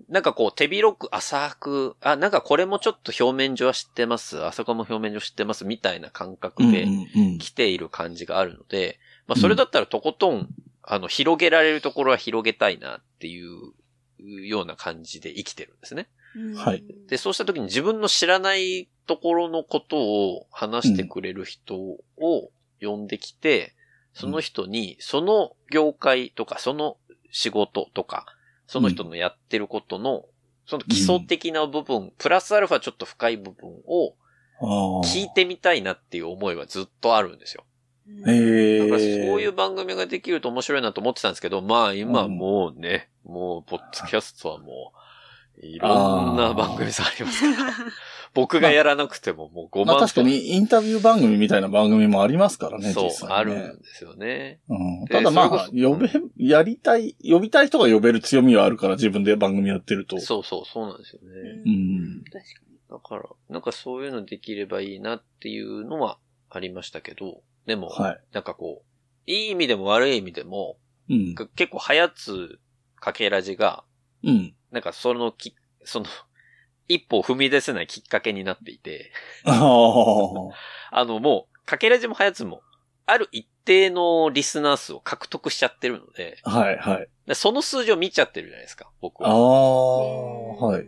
Speaker 3: なんかこう手広く浅く、あ、なんかこれもちょっと表面上は知ってます、あそこも表面上知ってますみたいな感
Speaker 1: ほう
Speaker 3: 覚で
Speaker 1: うんうんうん
Speaker 3: 来ている感じがあるので、まあそれだったらとことん、あの、広げられるところは広げたいなっていうような感じで生きてるんですね。
Speaker 2: うん
Speaker 1: はい。
Speaker 3: で、そうした時に自分の知らないところのことを話してくれる人を呼んできて、その人にその業界とかその仕事とか、その人のやってることの、その基礎的な部分、プラスアルファちょっと深い部分を
Speaker 1: あ
Speaker 3: 聞いてみたいなっていう思いはずっとあるんですよ。
Speaker 1: あ。え
Speaker 3: だ
Speaker 1: え
Speaker 3: からそういう番組ができると面白いなと思ってたんですけど、まあ今もうね、もう、ポッドキャストはもう、いろんな番組さんありますから。 僕がやらなくてももう5
Speaker 1: ま
Speaker 3: 万
Speaker 1: あ確かにインタビュー番組みたいな番組もありますからね、
Speaker 3: そう
Speaker 1: 実、際ね
Speaker 3: あるんですよね。
Speaker 1: うん
Speaker 3: で
Speaker 1: ただまあ、
Speaker 3: それこ
Speaker 1: 呼べ、やりたい、呼びたい人が呼べる強みはあるから、自分で番組やってると。
Speaker 3: そうそう、そうなんですよね。
Speaker 1: うん。
Speaker 2: 確かに。
Speaker 3: だから、なんかそういうのできればいいなっていうのはありましたけど、でも、
Speaker 1: は
Speaker 3: なんかこう、いい意味でも悪い意味でも、
Speaker 1: い。うん。
Speaker 3: 結構早つかけらじが、
Speaker 1: うん。
Speaker 3: なんかそのき、その、 一歩を踏み出せないきっかけになっていて、
Speaker 1: ああ。
Speaker 3: あのもう、かけらじも早つも、ある一定のリスナー数を獲得しちゃってるので、
Speaker 1: はい、はい。
Speaker 3: でその数字を見ちゃってるじゃないですか、僕
Speaker 1: あ
Speaker 3: は。
Speaker 1: あ。はい。。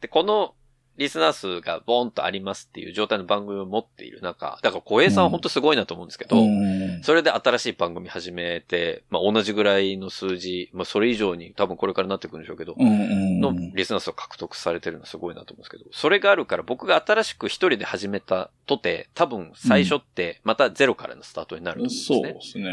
Speaker 3: で、このリスナー数がボーンとありますっていう状態の番組を持っている中、だから小平さんは本当すごいなと思うんですけど、
Speaker 1: うん。
Speaker 3: それで新しい番組始めて、まあ同じぐらいの数字、まあそれ以上に多分これからなってくるんでしょうけど、
Speaker 1: うん。う
Speaker 3: の
Speaker 1: ん。
Speaker 3: リスナー数を獲得されてるのすごいなと思うんですけど、それがあるから僕が新しく一人で始めたとて、多分最初ってまたゼロからのスタートになると思うんですね。
Speaker 1: そうですね。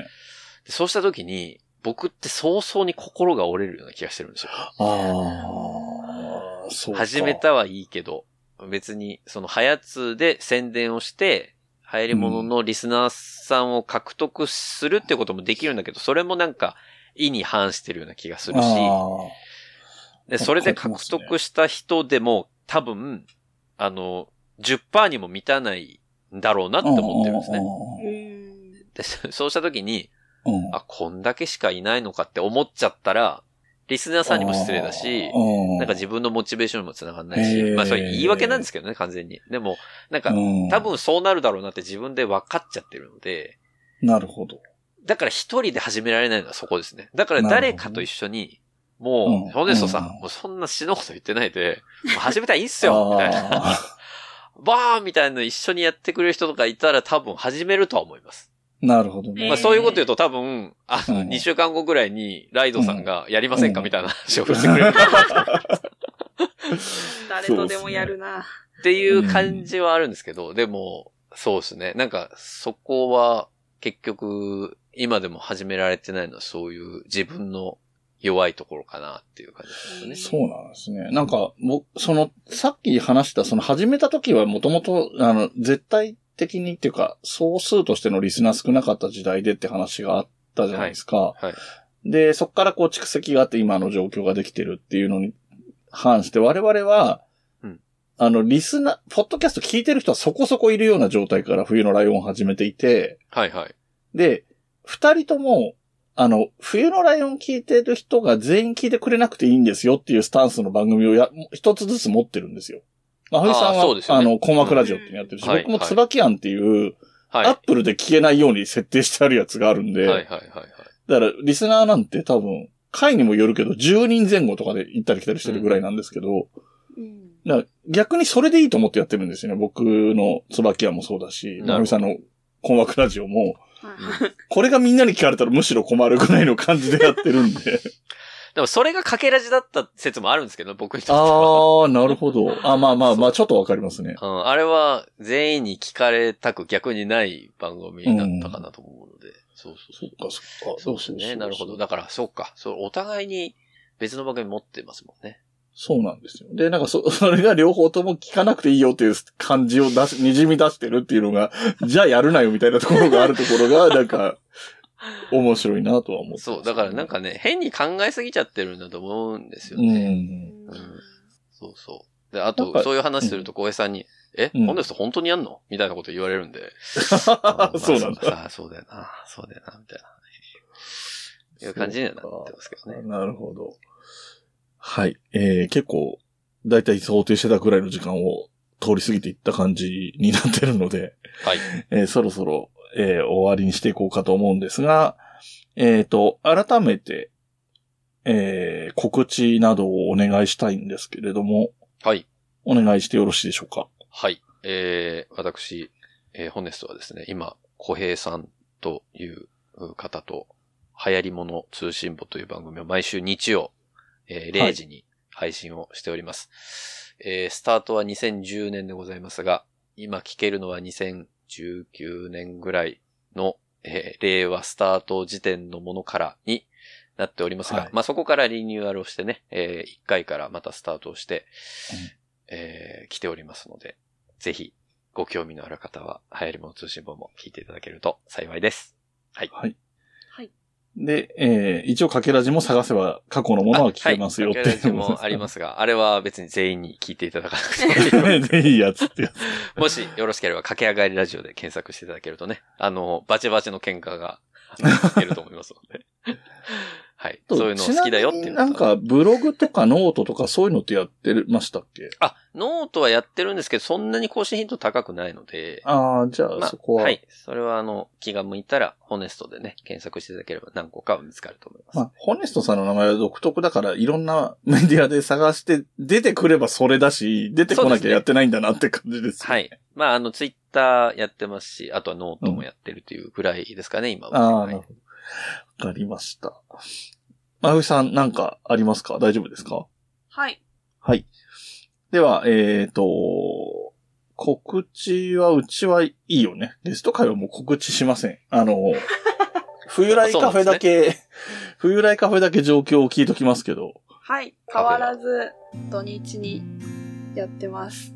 Speaker 3: でそうした時に、僕って早々に心が折れるような気がしてるんですよ。
Speaker 1: ああ。そうか。
Speaker 3: 始め。たはいいけど、別に、その、はやつで宣伝をして、流行り物のリスナーさんを獲得するってこともできるんだけど、それもなんか、意に反してるような気がするし、
Speaker 1: あ
Speaker 3: で、それで獲得した人でも、多分、あの、10%にも満たないんだろうなっ
Speaker 1: あ。
Speaker 3: て思ってるんですね。
Speaker 1: ね。
Speaker 2: うん。
Speaker 3: で、そうした時に、
Speaker 1: うん。
Speaker 3: あ、こんだけしかいないのかって思っちゃったら、リスナーさんにも失礼だし、
Speaker 1: うん、
Speaker 3: なんか自分のモチベーションにもつながんないし、
Speaker 1: へー
Speaker 3: まあそれ言い訳なんですけどね、完全に。でも、なんか、
Speaker 1: うん
Speaker 3: 多、分そうなるだろうなって自分で分かっちゃってるので、
Speaker 1: なるほど。
Speaker 3: だから一人で始められないのはそこですね。だから誰かと一緒に、も
Speaker 1: うん
Speaker 3: う、ホネストさん
Speaker 1: うん、
Speaker 3: もうそんな死のこと言ってないで、もう始めたらいいっすよ、みたいな。
Speaker 1: あ
Speaker 3: バーンみたいなの一緒にやってくれる人とかいたら多分始めるとは思います。
Speaker 1: ーなるほど
Speaker 2: え
Speaker 3: まあ
Speaker 1: ね。
Speaker 3: そういうこと言うと多分、あの、
Speaker 1: うん
Speaker 3: 2週間後ぐらいにライドさんがやりませんか
Speaker 1: うん
Speaker 3: みたいな話をし てくれる。
Speaker 2: 誰とでもやるな。
Speaker 3: っていう感じはあるんですけど、でも、そうですね。なんか、そこは、結局、今でも始められてないのは、そういう自分の弱いところかなっていう感じですね。
Speaker 1: そうなんですね。なんか、僕、その、さっき話した、その始めた時はもともと、あの、絶対的にっていうか、総数としてのリスナー少なかった時代でって話があったじゃないですか。
Speaker 3: はい。
Speaker 1: で、そこからこう蓄積があって今の状況ができてるっていうのに反して我々は、
Speaker 3: うん
Speaker 1: あの、リスナー、ポッドキャスト聞いてる人はそこそこいるような状態から冬のライオンを始めていて、
Speaker 3: はいはい。
Speaker 1: で、二人とも、あの、冬のライオン聞いてる人が全員聞いてくれなくていいんですよっていうスタンスの番組をや、一つずつ持ってるんですよ。まあ、ふさん
Speaker 3: あーそう
Speaker 1: は、
Speaker 3: です
Speaker 1: あ
Speaker 3: よね
Speaker 1: の、困惑ラジオっていうのやってるし、
Speaker 3: うんはい
Speaker 1: 僕も
Speaker 3: はい
Speaker 1: 椿庵っていう、
Speaker 3: はい。
Speaker 1: アップルで消えないように設定してあるやつがあるんで、
Speaker 3: はいはいはいはい。
Speaker 1: だから、リスナーなんて多分、回にもよるけど、10人前後とかで行ったり来たりしてるぐらいなんですけど、
Speaker 2: うん。
Speaker 1: だから逆にそれでいいと思ってやってるんですよね。僕の椿屋もそうだし、な
Speaker 3: なるほど
Speaker 1: みさんの困惑ラジオも、
Speaker 2: はい
Speaker 1: これがみんなに聞かれたらむしろ困るぐらいの感じでやってるんで。
Speaker 3: でも、それがかけらじだった説もあるんですけど、僕にとっては。
Speaker 1: ああ、なるほど。あ、まあまあまあ、ちょっとわかりますね。
Speaker 3: うん、あれは、全員に聞かれたく逆にない番組だったかなと思うので。そうそ
Speaker 1: そ
Speaker 3: う
Speaker 1: っかそっか。
Speaker 3: そうですね。なるほど。だから、そうか。そう、お互いに別の番組持ってますもんね。
Speaker 1: そうなんですよ。で、なんかそ、 それが両方とも聞かなくていいよっていう感じを出し、滲み出してるっていうのが、 じゃあやるなよみたいなところがあるところが、なんか、面白いなとは思ってます
Speaker 3: そう、だからなん、かね、変に考えすぎちゃってるんだと思うんですよ
Speaker 1: う
Speaker 3: ね。
Speaker 1: ん。
Speaker 3: そうそう。で、あ
Speaker 1: なんか
Speaker 3: と、そういう話すると、小江さんに、え、
Speaker 1: うん
Speaker 3: ホネスト本当にやんのみたいなこと言われるんで。
Speaker 1: そうなんだ
Speaker 3: だ。あそうだよな、そうだよな、みたいな。いう感じにはなってますけどね。
Speaker 1: なるほど。はい。えー、結構、だいたい想定してたぐらいの時間を通り過ぎていった感じになってるので、
Speaker 3: はい。
Speaker 1: えーそろそろ、えー終わりにしていこうかと思うんですが、えっ、と、改めて、えー告知などをお願いしたいんですけれども、
Speaker 3: はい。
Speaker 1: お願いしてよろしいでしょうか。
Speaker 3: はい。えー、私、えーホネストはですね、今、小平さんという方と、流行り物通信簿という番組を毎週日曜、えー
Speaker 1: はい
Speaker 3: 0時に配信をしております。えースタートは2010年でございますが、今聞けるのは2019年ぐらいの、えー令和スタート時点のものからになっておりますが、
Speaker 1: はい
Speaker 3: まあそこからリニューアルをしてね、え1回からまたスタートをして、えー来ておりますので、ぜひ、ご興味のある方は、流行り物通信簿も聞いていただけると幸いです。
Speaker 1: で、えー一応、かけらじも探せば過去のものは聞けますよっ
Speaker 3: あ
Speaker 1: て
Speaker 3: は
Speaker 1: い
Speaker 3: い
Speaker 1: う
Speaker 3: 掛け足もあります が、あれは別に全員に聞いていただかなくてもいい。
Speaker 1: でいいやつってやつ。
Speaker 3: もしよろしければ、駆け上がりラジオで検索していただけるとね、あの、バチバチの喧 嘩が、いけると思いますので。はい。そういうの好きだよっていう
Speaker 1: ち
Speaker 3: の
Speaker 1: な
Speaker 3: と
Speaker 1: みになんか、ブログとかノートとかそういうのってやってましたっけ
Speaker 3: あ、ノートはやってるんですけど、そんなに更新頻度高くないので、
Speaker 1: ああ、じゃあ、
Speaker 3: まあ
Speaker 1: そこは。
Speaker 3: はい。それは、あの、気が向いたら、ホネストでね、検索していただければ何個かは見つかると思います。
Speaker 1: まあ、ホネストさんの名前は独特だから、いろんなメディアで探して、出てくればそれだし、出てこなきゃやってないんだなって感じです。
Speaker 3: はい。まあ、あの、ツイッターやってますし、あとはノートもやってるというぐらいですかね、今は。
Speaker 1: ああ、
Speaker 3: は
Speaker 1: ないるほど。わかりました。まふさん、なんかありますか大丈夫ですか
Speaker 2: はい。
Speaker 1: はい。では、えっ、と、告知は、うちはいいよね。ゲスト会はもう告知しません。あの、冬来カフェだけ、 冬来カフェだけ状況を聞いときますけど、
Speaker 2: はい。変わらず、土日にやってます。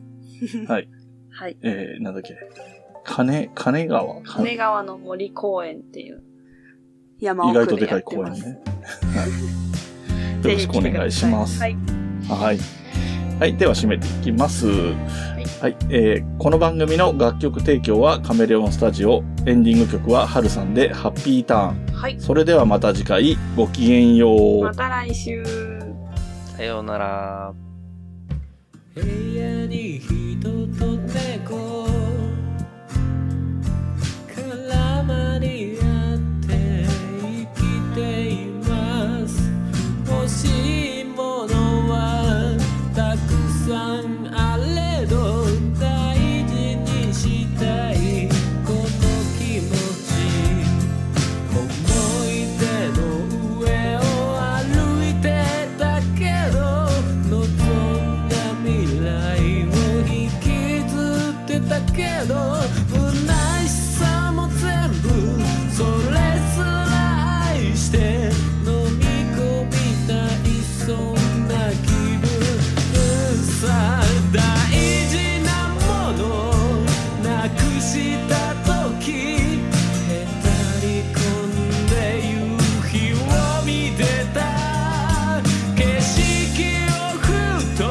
Speaker 1: はい。
Speaker 2: はい。
Speaker 1: えー、なんだっけ。金、金川。
Speaker 2: 金川の森公園っていう山
Speaker 1: 意外
Speaker 2: 奥
Speaker 1: とで
Speaker 2: で
Speaker 1: か
Speaker 2: や
Speaker 1: い
Speaker 2: って
Speaker 1: 公園
Speaker 2: ます。
Speaker 1: ね。
Speaker 2: ぜ
Speaker 1: よろ
Speaker 2: ひ
Speaker 1: し
Speaker 2: 来
Speaker 1: くお
Speaker 2: てくださ
Speaker 1: 願いします。
Speaker 2: はい。
Speaker 1: はい。はい、では締めていきます。はい、えーこの番組の楽曲提供はカメレオンスタジオ、エンディング曲はハルさんでハッピーターン。
Speaker 2: はい。
Speaker 1: それではまた次回、ごきげんよう。
Speaker 2: また来週。
Speaker 4: さようなら。
Speaker 5: 部屋に人と猫絡まり合って生きています欲しいものはたくさんあれど大事にしたいこの気持ち思い出の上を歩いてたけど望んだ未来を引きずってたけど不悔しさも全部それすら愛して飲み込みたいそんな気分さ大事なものなくした時へたり込んで夕日を見てた景色をふと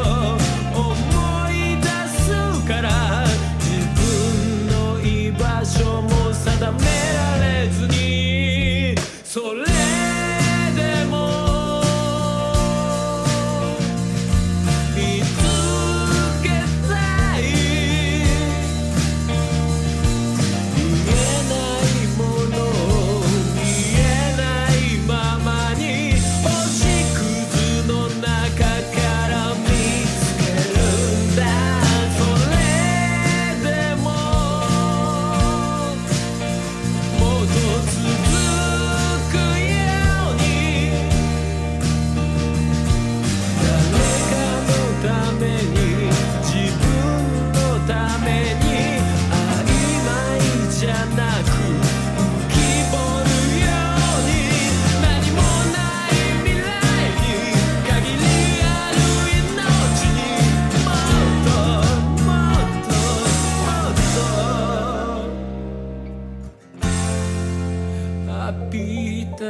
Speaker 5: 思い出すから自分の居場所も定められずにそれでも「見つけたい」「見えないものを見えないままに星屑の中から見つけるんだ」「それでももっと続くように」誰かのために自分のために曖昧じゃなく浮き彫るように何もない未来に限りある命にもっともっともっと浴びた